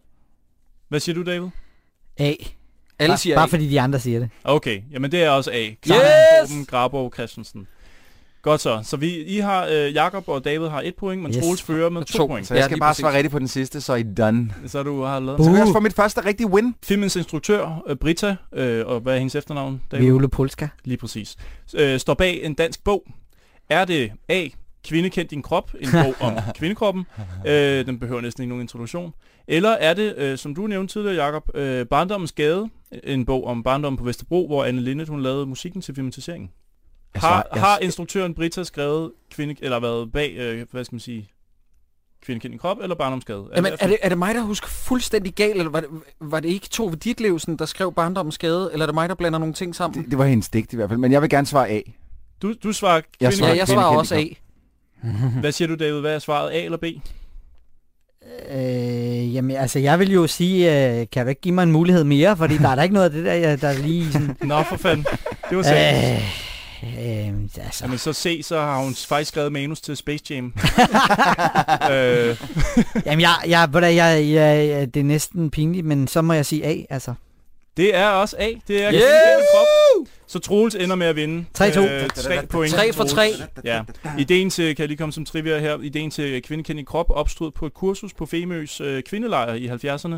Speaker 7: Hvad siger du, David?
Speaker 8: A.
Speaker 1: Alle
Speaker 8: Bare,
Speaker 1: siger A.
Speaker 8: bare fordi de andre siger det.
Speaker 7: Okay, jamen det er også A. Knud
Speaker 1: Yes!
Speaker 7: Torben Gravborg Christensen. Godt så. Så vi, I har, øh, Jakob og David har et point, men yes.
Speaker 8: Yes.
Speaker 7: Troels fører med to,
Speaker 1: To.
Speaker 7: point.
Speaker 6: Så jeg
Speaker 1: Ja,
Speaker 6: skal
Speaker 1: lige
Speaker 6: bare
Speaker 1: præcis.
Speaker 6: svare rigtigt på den sidste, så er I done.
Speaker 7: Så du har lavet...
Speaker 6: Så kan jeg også
Speaker 8: Uh.
Speaker 6: få mit første rigtige
Speaker 1: Øh,
Speaker 6: win.
Speaker 7: Filmens instruktør, øh, Britta, øh, og hvad er hendes efternavn? David?
Speaker 8: Viole Polska.
Speaker 7: Lige præcis. Øh, står bag en dansk bog. Er det A. Kvinde kend din krop, en bog om kvindekroppen. Øh, den behøver næsten ikke nogen introduktion. Eller er det, øh, som du nævnte tidligere, Jacob, øh, Barndommens Gade, en bog om barndommen på Vesterbro, hvor Anne Lindet, hun lavede musikken til filmatiseringen. Har,
Speaker 6: svarer- jeg-
Speaker 7: har instruktøren Britta skrevet kvinde, eller været bag, øh, hvad skal man sige, Kvinde kend din krop, eller Barndommens Gade? Altså, Er
Speaker 1: Jamen,
Speaker 7: det,
Speaker 1: er det, er det mig, der husker fuldstændig galt, eller var det, var det ikke Tove Ditlevsen, der skrev Barndommens Skade, eller er det mig, der blander nogle ting sammen?
Speaker 6: Det, det var hendes digt i hvert fald, men jeg vil gerne svare A.
Speaker 7: du, du svarer
Speaker 6: Jeg
Speaker 7: kvinde,
Speaker 1: ja,
Speaker 6: svarer-
Speaker 1: jeg
Speaker 6: kvinde
Speaker 1: svarer
Speaker 6: kendte
Speaker 1: også A.
Speaker 7: Hvad siger du, David? Hvad er svaret? A eller B?
Speaker 8: Øh, jamen, altså, jeg vil jo sige, øh, kan du ikke give mig en mulighed mere? Fordi der er da ikke noget af det der, jeg, der er lige sådan...
Speaker 7: Nå, for fanden. Det var sandt.
Speaker 8: øh, øh, altså,
Speaker 7: Jamen så se, så har hun faktisk skrevet manus til Space Jam. øh,
Speaker 8: jamen, jeg, jeg, ved du hvad, jeg, jeg, jeg, det er næsten pinligt, men så må jeg sige A, altså.
Speaker 7: det er også A. Det
Speaker 1: Yeah!
Speaker 7: er yeah! krop. Så Troels ender med at vinde.
Speaker 8: 3-2.
Speaker 7: 3 point.
Speaker 1: Tre for
Speaker 7: Troels.
Speaker 1: tre.
Speaker 7: Ja. Ideen til, kan jeg lige komme som trivia her, ideen til kvindekending krop opstod på et kursus på Femøs øh, kvindelejr i 70'erne.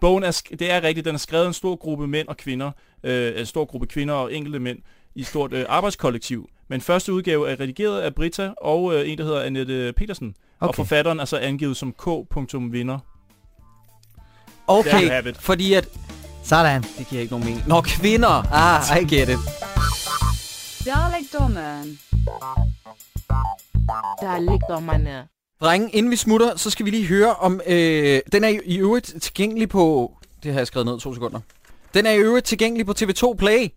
Speaker 7: Bogen er, sk- det er rigtigt, den er skrevet af en stor gruppe mænd og kvinder, øh, en stor gruppe kvinder og enkelte mænd i et stort øh, arbejdskollektiv. Men første udgave er redigeret af Britta og øh, en, der hedder Annette Petersen. Okay. Og
Speaker 8: Okay.
Speaker 7: forfatteren er så angivet som k.vinder. There you
Speaker 1: Okay,
Speaker 7: have it.
Speaker 1: fordi at...
Speaker 8: Sådan.
Speaker 1: Det giver ikke nogen mening. Nå, kvinder! Ah, I get it.
Speaker 9: Dårligdommeren. Dårligdommerne.
Speaker 1: Drenge, inden vi smutter, så skal vi lige høre om... Øh, den er i- i øvrigt tilgængelig på... Det har jeg skrevet ned to sekunder. Den er i øvrigt tilgængelig på TV2 Play.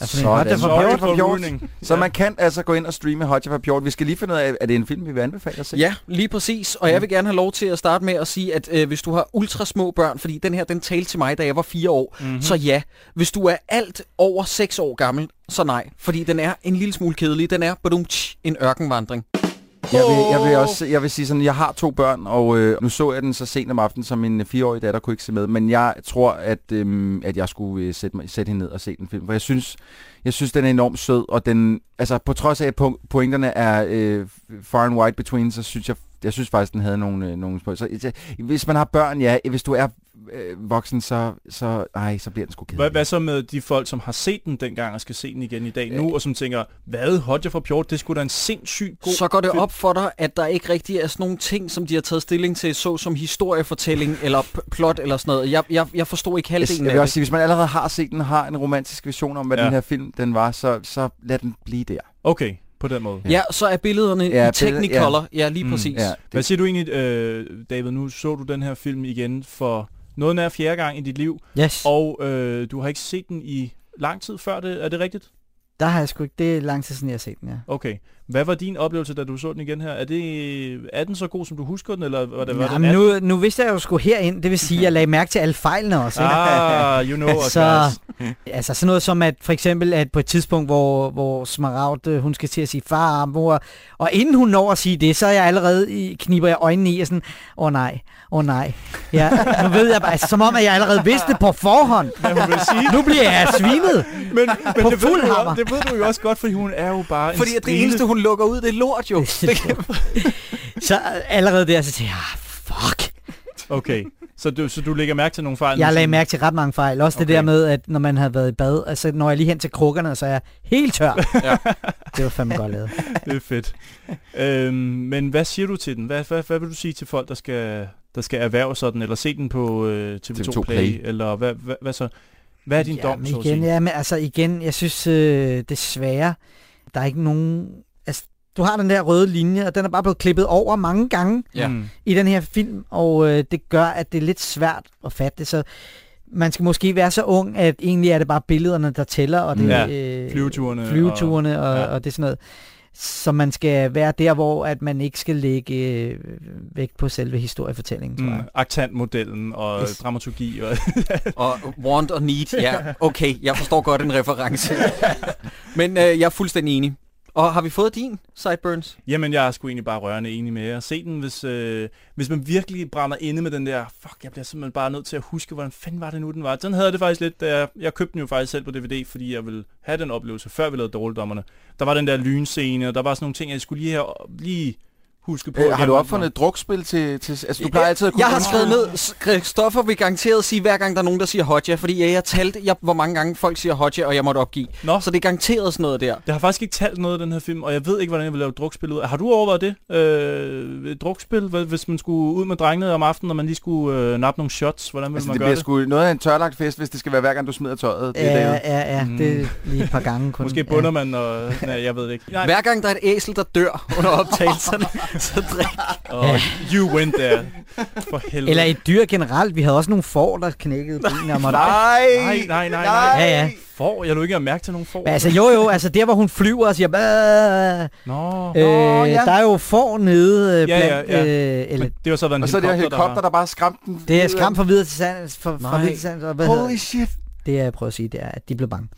Speaker 8: Altså, det er Hotja fra
Speaker 7: Sorry
Speaker 8: Pjort.
Speaker 6: for
Speaker 7: for
Speaker 6: Bjort.
Speaker 7: ruining.
Speaker 6: Så man kan altså gå ind og streame Hotja fra Pjort. Vi skal lige finde ud af, er det en film, vi vil anbefale at se?
Speaker 1: Ja, lige præcis.
Speaker 7: Mhm.
Speaker 1: Og jeg vil gerne have lov til at starte med at sige, at øh, hvis du har ultra små børn, fordi den her, den talte til mig, da jeg var fire år,
Speaker 7: Mhm.
Speaker 1: mm-hmm. så ja. Hvis du er alt over seks år gammel, så nej. Fordi den er en lille smule kedelig. Den er badum, tsch, en ørkenvandring.
Speaker 6: Jeg vil, jeg vil også jeg vil sige sådan, jeg har to børn, og øh, nu så jeg den så sent om aftenen, som min øh, fireårige datter kunne ikke se med, men jeg tror, at, øh, at jeg skulle øh, sætte, mig, sætte hende ned og se den film, for jeg synes, jeg synes, den er enormt sød, og den, altså på trods af, at po- pointerne er øh, far and wide between, så synes jeg, jeg synes faktisk, den havde nogle, øh, nogle små, så jeg- hvis man har børn, ja, hvis du er øh, voksen, så, så, ej, så bliver den sgu
Speaker 7: Hvad,
Speaker 6: kedelig.
Speaker 7: hvad så med de folk, som har set den dengang og skal se den igen i dag nu, og som tænker, hvad, Hodja fra Pjort, det skulle da en sindssyg god...
Speaker 1: Så går det op for dig, at der ikke rigtig er sådan nogle ting, som de har taget stilling til, såsom historiefortælling eller p- plot eller sådan noget. Jeg, jeg, jeg forstod ikke
Speaker 6: Jeg,
Speaker 1: halvdelen
Speaker 6: jeg
Speaker 1: af
Speaker 6: vil også
Speaker 1: det.
Speaker 6: sige, hvis man allerede har set den, har en romantisk vision om, hvad ja.
Speaker 7: Ja.
Speaker 6: den her film den var, så, så lad den blive der.
Speaker 7: Okay, på den måde.
Speaker 1: Ja, så er billederne
Speaker 6: Ja,
Speaker 1: ja, i
Speaker 6: billeder- ja.
Speaker 1: Technicolor. Ja, ja lige
Speaker 7: Mm,
Speaker 1: præcis.
Speaker 6: Ja,
Speaker 1: Ja.
Speaker 7: Hvad siger du egentlig, øh, David, nu så du den her film igen for noget nær fjerde gang i dit liv,
Speaker 8: Yes, og
Speaker 7: og øh, du har ikke set den i lang tid før, det, er det rigtigt?
Speaker 8: der har jeg sgu ikke, det er lang tid siden, jeg har set den, ja.
Speaker 7: Okay. Hvad var din oplevelse, da du så den igen her? Er, det, er den så god, som du husker den, eller var det, var
Speaker 8: Jamen,
Speaker 7: det
Speaker 8: nu, nu vidste jeg jo skulle herind, det vil sige, at jeg lagde mærke til alle fejlene også. Ikke?
Speaker 7: Ah, you know us,
Speaker 8: Så-
Speaker 7: guys.
Speaker 8: Altså sådan noget som, at for eksempel at på et tidspunkt, hvor, hvor Smaragd, øh, hun skal til at sige far, mor, og inden hun når at sige det, så er jeg allerede i, kniber jeg øjnene i og sådan, åh oh, nej, åh oh, nej. Ja, nu ved jeg bare, altså, som om, at jeg allerede vidste det på forhånd.
Speaker 7: Men hun vil sige,
Speaker 8: Nu bliver jeg svinet.
Speaker 7: men, men det,
Speaker 8: På
Speaker 7: ved
Speaker 8: fuld
Speaker 7: du, jo-
Speaker 8: hammer.
Speaker 7: det ved du jo også godt, fordi hun er jo bare
Speaker 1: Fordi
Speaker 7: en
Speaker 1: at det eneste, hun lukker ud, det er lort jo. Det kan
Speaker 8: Så øh, allerede der, så tænker jeg, ah, fuck.
Speaker 7: Okay, så du, så du lægger mærke til nogle fejl?
Speaker 8: Jeg lagde mærke til ret mange fejl. Også okay. det
Speaker 7: Okay.
Speaker 8: der med, at når man havde været i bad, altså når jeg lige hen til krukkerne, og så er jeg helt tør.
Speaker 1: Ja.
Speaker 8: Det var fandme godt lavet.
Speaker 7: Det er fedt. øhm, men hvad siger du til den? Hvad, hvad, hvad vil du sige til folk, der skal, der skal erhverve sådan, eller se den på øh, TV2,
Speaker 6: TV2
Speaker 7: TV2
Speaker 6: Play?
Speaker 7: Play, eller hvad, hvad, hvad så? Hvad er din dom, så at
Speaker 8: igen,
Speaker 7: sige?
Speaker 8: ja, men altså igen, jeg synes øh, desværre, der er ikke nogen... Altså, du har den der røde linje, og den er bare blevet klippet over mange gange
Speaker 1: Ja.
Speaker 7: Mm.
Speaker 8: i den her film, og øh, det gør, at det er lidt svært at fatte det, så man skal måske være så ung, at egentlig er det bare billederne, der tæller, og det
Speaker 7: Ja,
Speaker 8: øh,
Speaker 7: flyveturene
Speaker 8: flyveturene og, og,
Speaker 7: ja.
Speaker 8: ja. og det er sådan noget. Så man skal være der, hvor at man ikke skal lægge øh, vægt på selve historiefortællingen, tror mm. jeg.
Speaker 7: Mm, aktantmodellen og
Speaker 8: Yes.
Speaker 7: yes. dramaturgi. Og,
Speaker 1: Og want og need, ja, okay, jeg forstår godt en reference. Men øh, jeg er fuldstændig enig. Og har vi fået din, Sideburns?
Speaker 7: jamen, jeg er sgu egentlig bare rørende enig med jer. Se den, hvis, øh, hvis man virkelig brænder inde med den der, fuck, jeg bliver simpelthen bare nødt til at huske, hvordan fanden var det nu, den var. Sådan havde jeg det faktisk lidt, da jeg, jeg købte den jo faktisk selv på DVD, fordi jeg ville have den oplevelse, før vi lavede dårligdommerne. Der var den der lynscene, og der var sådan nogle ting, jeg skulle lige, her, lige huske på.
Speaker 6: Øh, har
Speaker 7: igen.
Speaker 6: du opfundet et drukspil til, til... Altså, du plejer altid at kunne...
Speaker 1: Jeg har skrevet ned, Kristoffer vil garanteret sige, hver gang der er nogen, der siger Hodja, fordi jeg, jeg talte, jeg, hvor mange gange folk siger Hodja, og jeg måtte opgive.
Speaker 7: Nå.
Speaker 1: Så det er garanteret sådan noget der.
Speaker 7: Jeg har faktisk ikke talt noget af den her film, og jeg ved ikke, hvordan jeg vil lave et drukspil ud af. Har du overvejet det? Øh, et drukspil, Hvad- hvis man skulle ud med drengene om aftenen, og man lige skulle øh, nappe nogle shots, hvordan ville
Speaker 6: Altså,
Speaker 7: man
Speaker 6: det
Speaker 7: gøre
Speaker 6: bliver
Speaker 7: det?
Speaker 6: sgu noget af en tørlagt fest, hvis det skal være hver gang, du smider tøjet. Det er
Speaker 8: Ja,
Speaker 6: ja,
Speaker 8: ja, ja,
Speaker 7: Mm.
Speaker 8: det er lige et par gange kun.
Speaker 7: Måske bunder man, og nej, jeg ved det ikke. Nej,
Speaker 1: Hver gang der er et æsel, der dør under optagelserne, så drik.
Speaker 7: og you went there. For helvede.
Speaker 8: Eller et dyr generelt. Vi havde også nogle får, der knækkede benene og måtte...
Speaker 6: Nej!
Speaker 7: Nej, nej, nej, nej.
Speaker 8: Ja, ja.
Speaker 7: Får? Jeg lå ikke at mærke til nogen får.
Speaker 8: Men altså jo jo, altså der hvor hun flyver og siger, "Bah!"
Speaker 7: Nå.
Speaker 8: øh,
Speaker 6: Nå, ja.
Speaker 8: der er jo får nede øh,
Speaker 7: Ja, ja,
Speaker 8: blandt...
Speaker 7: ja.
Speaker 8: Øh, eller,
Speaker 7: Men det var så været en
Speaker 6: Og så er det her helikopter,
Speaker 7: der
Speaker 6: der bare skræmte den.
Speaker 8: det er
Speaker 6: ud af-
Speaker 8: skam fra videre til sands, for, fra
Speaker 1: Nej.
Speaker 8: videre til sands, og hvad hedder
Speaker 6: Holy
Speaker 8: det?
Speaker 6: shit!
Speaker 8: det, jeg prøver at sige, det er, at de blev bange.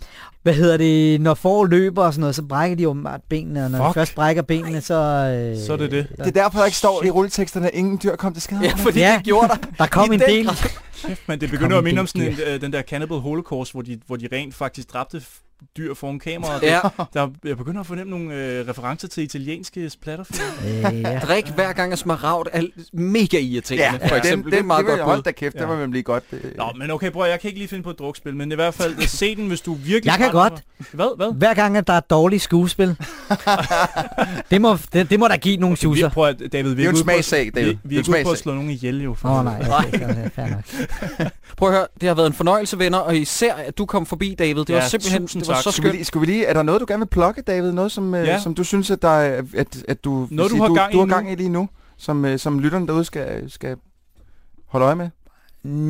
Speaker 8: Hvad hedder det, når får løber og sådan noget, så brækker de åbenbart benene, og når de
Speaker 7: Fuck.
Speaker 8: først brækker benene, så... Øh,
Speaker 7: Så er det det.
Speaker 6: Det er derfor, der ikke står i rulleteksterne, at ingen dyr kom til skade.
Speaker 1: Ja, fordi
Speaker 8: Ja.
Speaker 1: ja. det gjorde der.
Speaker 8: Der kom
Speaker 1: I
Speaker 8: en
Speaker 1: den
Speaker 8: del...
Speaker 1: grad.
Speaker 7: var. Kæft, men det begynder
Speaker 8: Kom,
Speaker 7: at minde
Speaker 8: det
Speaker 7: om sådan en, øh, den der Cannibal Holocaust, hvor de, hvor de rent faktisk dræbte f- dyr foran kameraet.
Speaker 1: Ja,
Speaker 7: Der, jeg begynder at fornemme nogle øh, referencer til italienske splatterfilm.
Speaker 8: Øh, ja.
Speaker 1: drik hver gang af smaragd er mega irriterende, ja. for
Speaker 6: den-
Speaker 1: eksempel.
Speaker 6: den,
Speaker 1: det er meget
Speaker 6: vil
Speaker 1: godt
Speaker 6: jeg-
Speaker 1: bud.
Speaker 6: Hold da kæft, det
Speaker 7: Ja.
Speaker 6: var man blive godt. øh.
Speaker 7: Nå, men okay, bror, jeg kan ikke lige finde på et drukspil, men i hvert fald, øh, se den, hvis du virkelig...
Speaker 8: Jeg kan
Speaker 7: brænder
Speaker 8: godt.
Speaker 7: for- Hvad, hvad?
Speaker 8: Hver gang, at der er dårligt skuespil, det, må, det, det må da give nogle okay,
Speaker 7: Vi,
Speaker 8: suser.
Speaker 7: prøv at, David, vi
Speaker 6: Det er jo en
Speaker 7: ude på at-
Speaker 6: smagssag, David.
Speaker 7: Vi,
Speaker 6: Det er
Speaker 7: vi er ikke
Speaker 6: en
Speaker 7: ude på
Speaker 6: smagssag.
Speaker 7: at slå nogen ihjel, jo. for
Speaker 8: Åh oh,
Speaker 7: helvede.
Speaker 8: nej, okay, så- fair nok.
Speaker 1: Prøv at høre, det har været en fornøjelse, venner, og især at du kom forbi, David. Det
Speaker 7: Ja,
Speaker 1: var simpelthen
Speaker 7: tusind
Speaker 1: det var
Speaker 7: tak.
Speaker 1: så
Speaker 7: Skal
Speaker 6: Skulle vi,
Speaker 1: skønt.
Speaker 6: lige, skulle vi lige, er der noget, du gerne vil plukke, David? Noget, som, ja.
Speaker 7: Ja.
Speaker 6: som du synes, at, der, er- at, at du, vil
Speaker 7: du
Speaker 6: sige,
Speaker 7: har gang i
Speaker 6: du har
Speaker 7: nu.
Speaker 6: gang i lige nu, som, øh, som lytterne derude skal, skal holde øje med?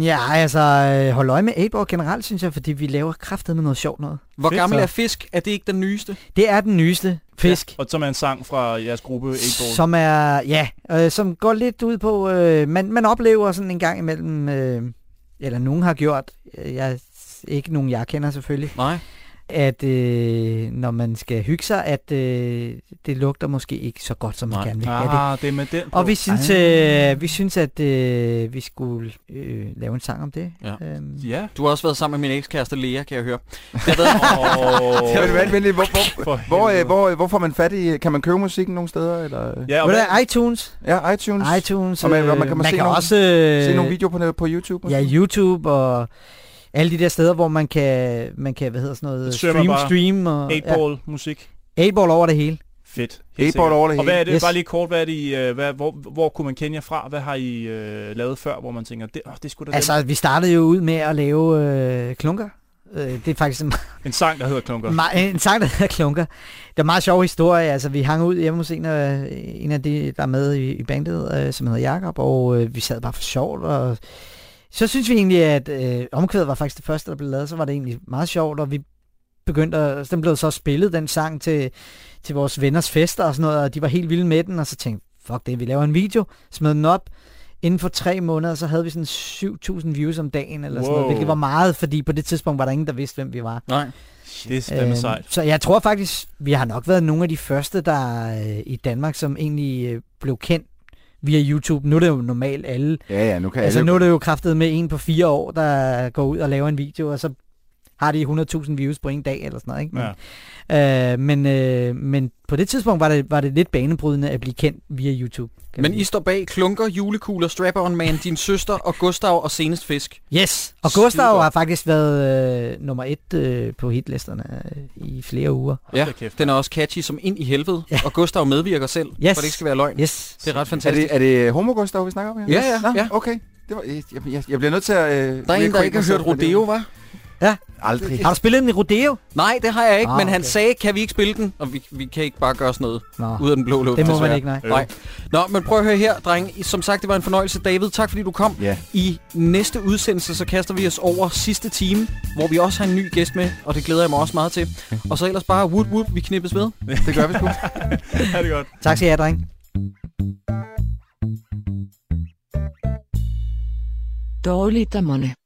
Speaker 8: Ja, altså, øh, hold øje med 8 generelt, synes jeg, fordi vi laver kraftet med noget sjovt noget.
Speaker 1: Hvor
Speaker 7: Fedt,
Speaker 1: gammel
Speaker 7: så.
Speaker 1: er fisk? Er det ikke den nyeste?
Speaker 8: Det er den nyeste fisk.
Speaker 7: Og som er en sang fra jeres gruppe, 8 Ball.
Speaker 8: som er, ja, øh, som går lidt ud på, øh, man, man oplever sådan en gang imellem, øh, eller nogen har gjort, øh, jeg, ikke nogen jeg kender selvfølgelig,
Speaker 1: Nej.
Speaker 8: at øh, når man skal hygge sig, at øh, det lugter måske ikke så godt, som man
Speaker 1: Nej.
Speaker 8: gerne vil have det.
Speaker 7: Ah, det er med den på.
Speaker 8: Og vi synes, øh, vi synes at øh, vi skulle øh, lave en sang om det.
Speaker 1: Ja.
Speaker 8: Øhm,
Speaker 7: Ja.
Speaker 1: Du har også været sammen med min ekskæreste Lea, kan jeg høre. Det har været,
Speaker 7: Oh,
Speaker 6: Men, men, men, hvor, hvor,
Speaker 7: for
Speaker 6: hvor, øh,
Speaker 7: helvede.
Speaker 6: hvor, øh, hvor får man fat i... Kan man købe musikken nogle steder? Eller?
Speaker 7: Ja, og
Speaker 8: ved du
Speaker 7: hvad,
Speaker 8: hvad, iTunes,
Speaker 6: Ja, iTunes.
Speaker 8: iTunes,
Speaker 6: Og man-
Speaker 8: øh,
Speaker 6: og man kan se nogle-
Speaker 8: også øh,
Speaker 6: Se nogle videoer på, på YouTube.
Speaker 8: Ja, YouTube og alle de der steder, hvor man kan, man kan hvad hedder sådan noget,
Speaker 7: Søger man
Speaker 8: stream,
Speaker 7: bare
Speaker 8: stream og...
Speaker 7: 8 Ball musik.
Speaker 8: Ja, 8-ball over det hele.
Speaker 7: Fedt. helt
Speaker 6: 8-ball over det
Speaker 7: Og hvad
Speaker 6: hele.
Speaker 7: er det,
Speaker 8: Yes.
Speaker 7: yes. bare lige kort, hvad er det, I, øh, hvad, hvor, hvor kunne man kende jer fra? Hvad har I øh, lavet før, hvor man tænker, det, åh, det skulle da altså,
Speaker 8: Altså, vi startede jo ud med at lave øh, klunker. Øh, det er faktisk en,
Speaker 7: en sang, der hedder Klunker.
Speaker 8: me- en sang, der hedder Klunker. Det er en meget sjov historie. Altså, vi hang ud hjemme hos en af, en af de, der er med i, i bandet, øh, som hedder Jakob, og øh, vi sad bare for sjovt, og så synes vi egentlig, at øh, omkvædet var faktisk det første, der blev lavet, så var det egentlig meget sjovt, og vi begyndte at, så den blev så spillet, den sang, til, til vores venners fester og sådan noget, og de var helt vilde med den, og så tænkte vi, fuck det, vi laver en video, smed den op, inden for tre måneder, så havde vi sådan 7.000 views om dagen, eller sådan noget,
Speaker 7: Wow.
Speaker 8: hvilket var meget, fordi på det tidspunkt var der ingen, der vidste, hvem vi var.
Speaker 1: nej.
Speaker 7: Det er fandme
Speaker 8: Øhm,
Speaker 7: sejt.
Speaker 8: Så jeg tror faktisk, vi har nok været nogle af de første, der øh, i Danmark, som egentlig øh, blev kendt via YouTube. Nu er det jo normalt alle.
Speaker 6: Ja, ja, nu kan
Speaker 8: Ja, altså
Speaker 6: alle...
Speaker 8: nu er det jo kraftet med en på fire år, der går ud og laver en video, og så har de 100.000 views på en dag eller sådan noget. Ikke?
Speaker 7: Ja.
Speaker 8: Ja. Øh, men, øh, men på det tidspunkt var det, var det lidt banebrydende at blive kendt via YouTube. kan
Speaker 1: Men
Speaker 8: man
Speaker 1: I
Speaker 8: sige.
Speaker 1: står bag klunker, julekugler, strap-on man, din søster og Gustav og senest fisk.
Speaker 8: Yes, og
Speaker 1: Skide
Speaker 8: Gustav
Speaker 1: godt.
Speaker 8: har faktisk været øh, nummer et øh, på hitlisterne øh, i flere uger.
Speaker 7: Hold da kæft.
Speaker 1: Den er også catchy som ind i helvede, ja. og Gustav medvirker selv, yes. for det ikke skal være løgn.
Speaker 8: Yes.
Speaker 1: Det er ret
Speaker 6: Er
Speaker 1: fantastisk.
Speaker 6: det, er det homo Gustav, vi snakker om her?
Speaker 1: Ja, ja,
Speaker 6: Nå,
Speaker 1: ja.
Speaker 6: okay. Det var, jeg, jeg, jeg bliver nødt til at... Øh,
Speaker 1: Der er en, der ikke har hørt Rodeo, var?
Speaker 6: Aldrig.
Speaker 8: Har du spillet den i Rodeo?
Speaker 1: Nej, det har jeg ikke,
Speaker 8: Ah,
Speaker 1: ah, men han
Speaker 8: okay.
Speaker 1: sagde, kan vi ikke spille den? Og vi, vi kan ikke bare gøre sådan noget
Speaker 8: Nå.
Speaker 1: ud af den blå luft.
Speaker 8: Det må man
Speaker 1: desværre.
Speaker 8: ikke, nej.
Speaker 1: Nej. Nå, men prøv at høre her, drenge. I- Som sagt, det var en fornøjelse. David, tak fordi du kom.
Speaker 6: Ja.
Speaker 1: I næste udsendelse, så kaster vi os over sidste time, hvor vi også har en ny gæst med, og det glæder jeg mig også meget til. Og så ellers bare, whoop, whoop, vi knippes ved.
Speaker 6: Det gør vi sgu.
Speaker 7: Ja, det er godt.
Speaker 8: Tak skal I have, dreng.
Speaker 3: dårligdommerne.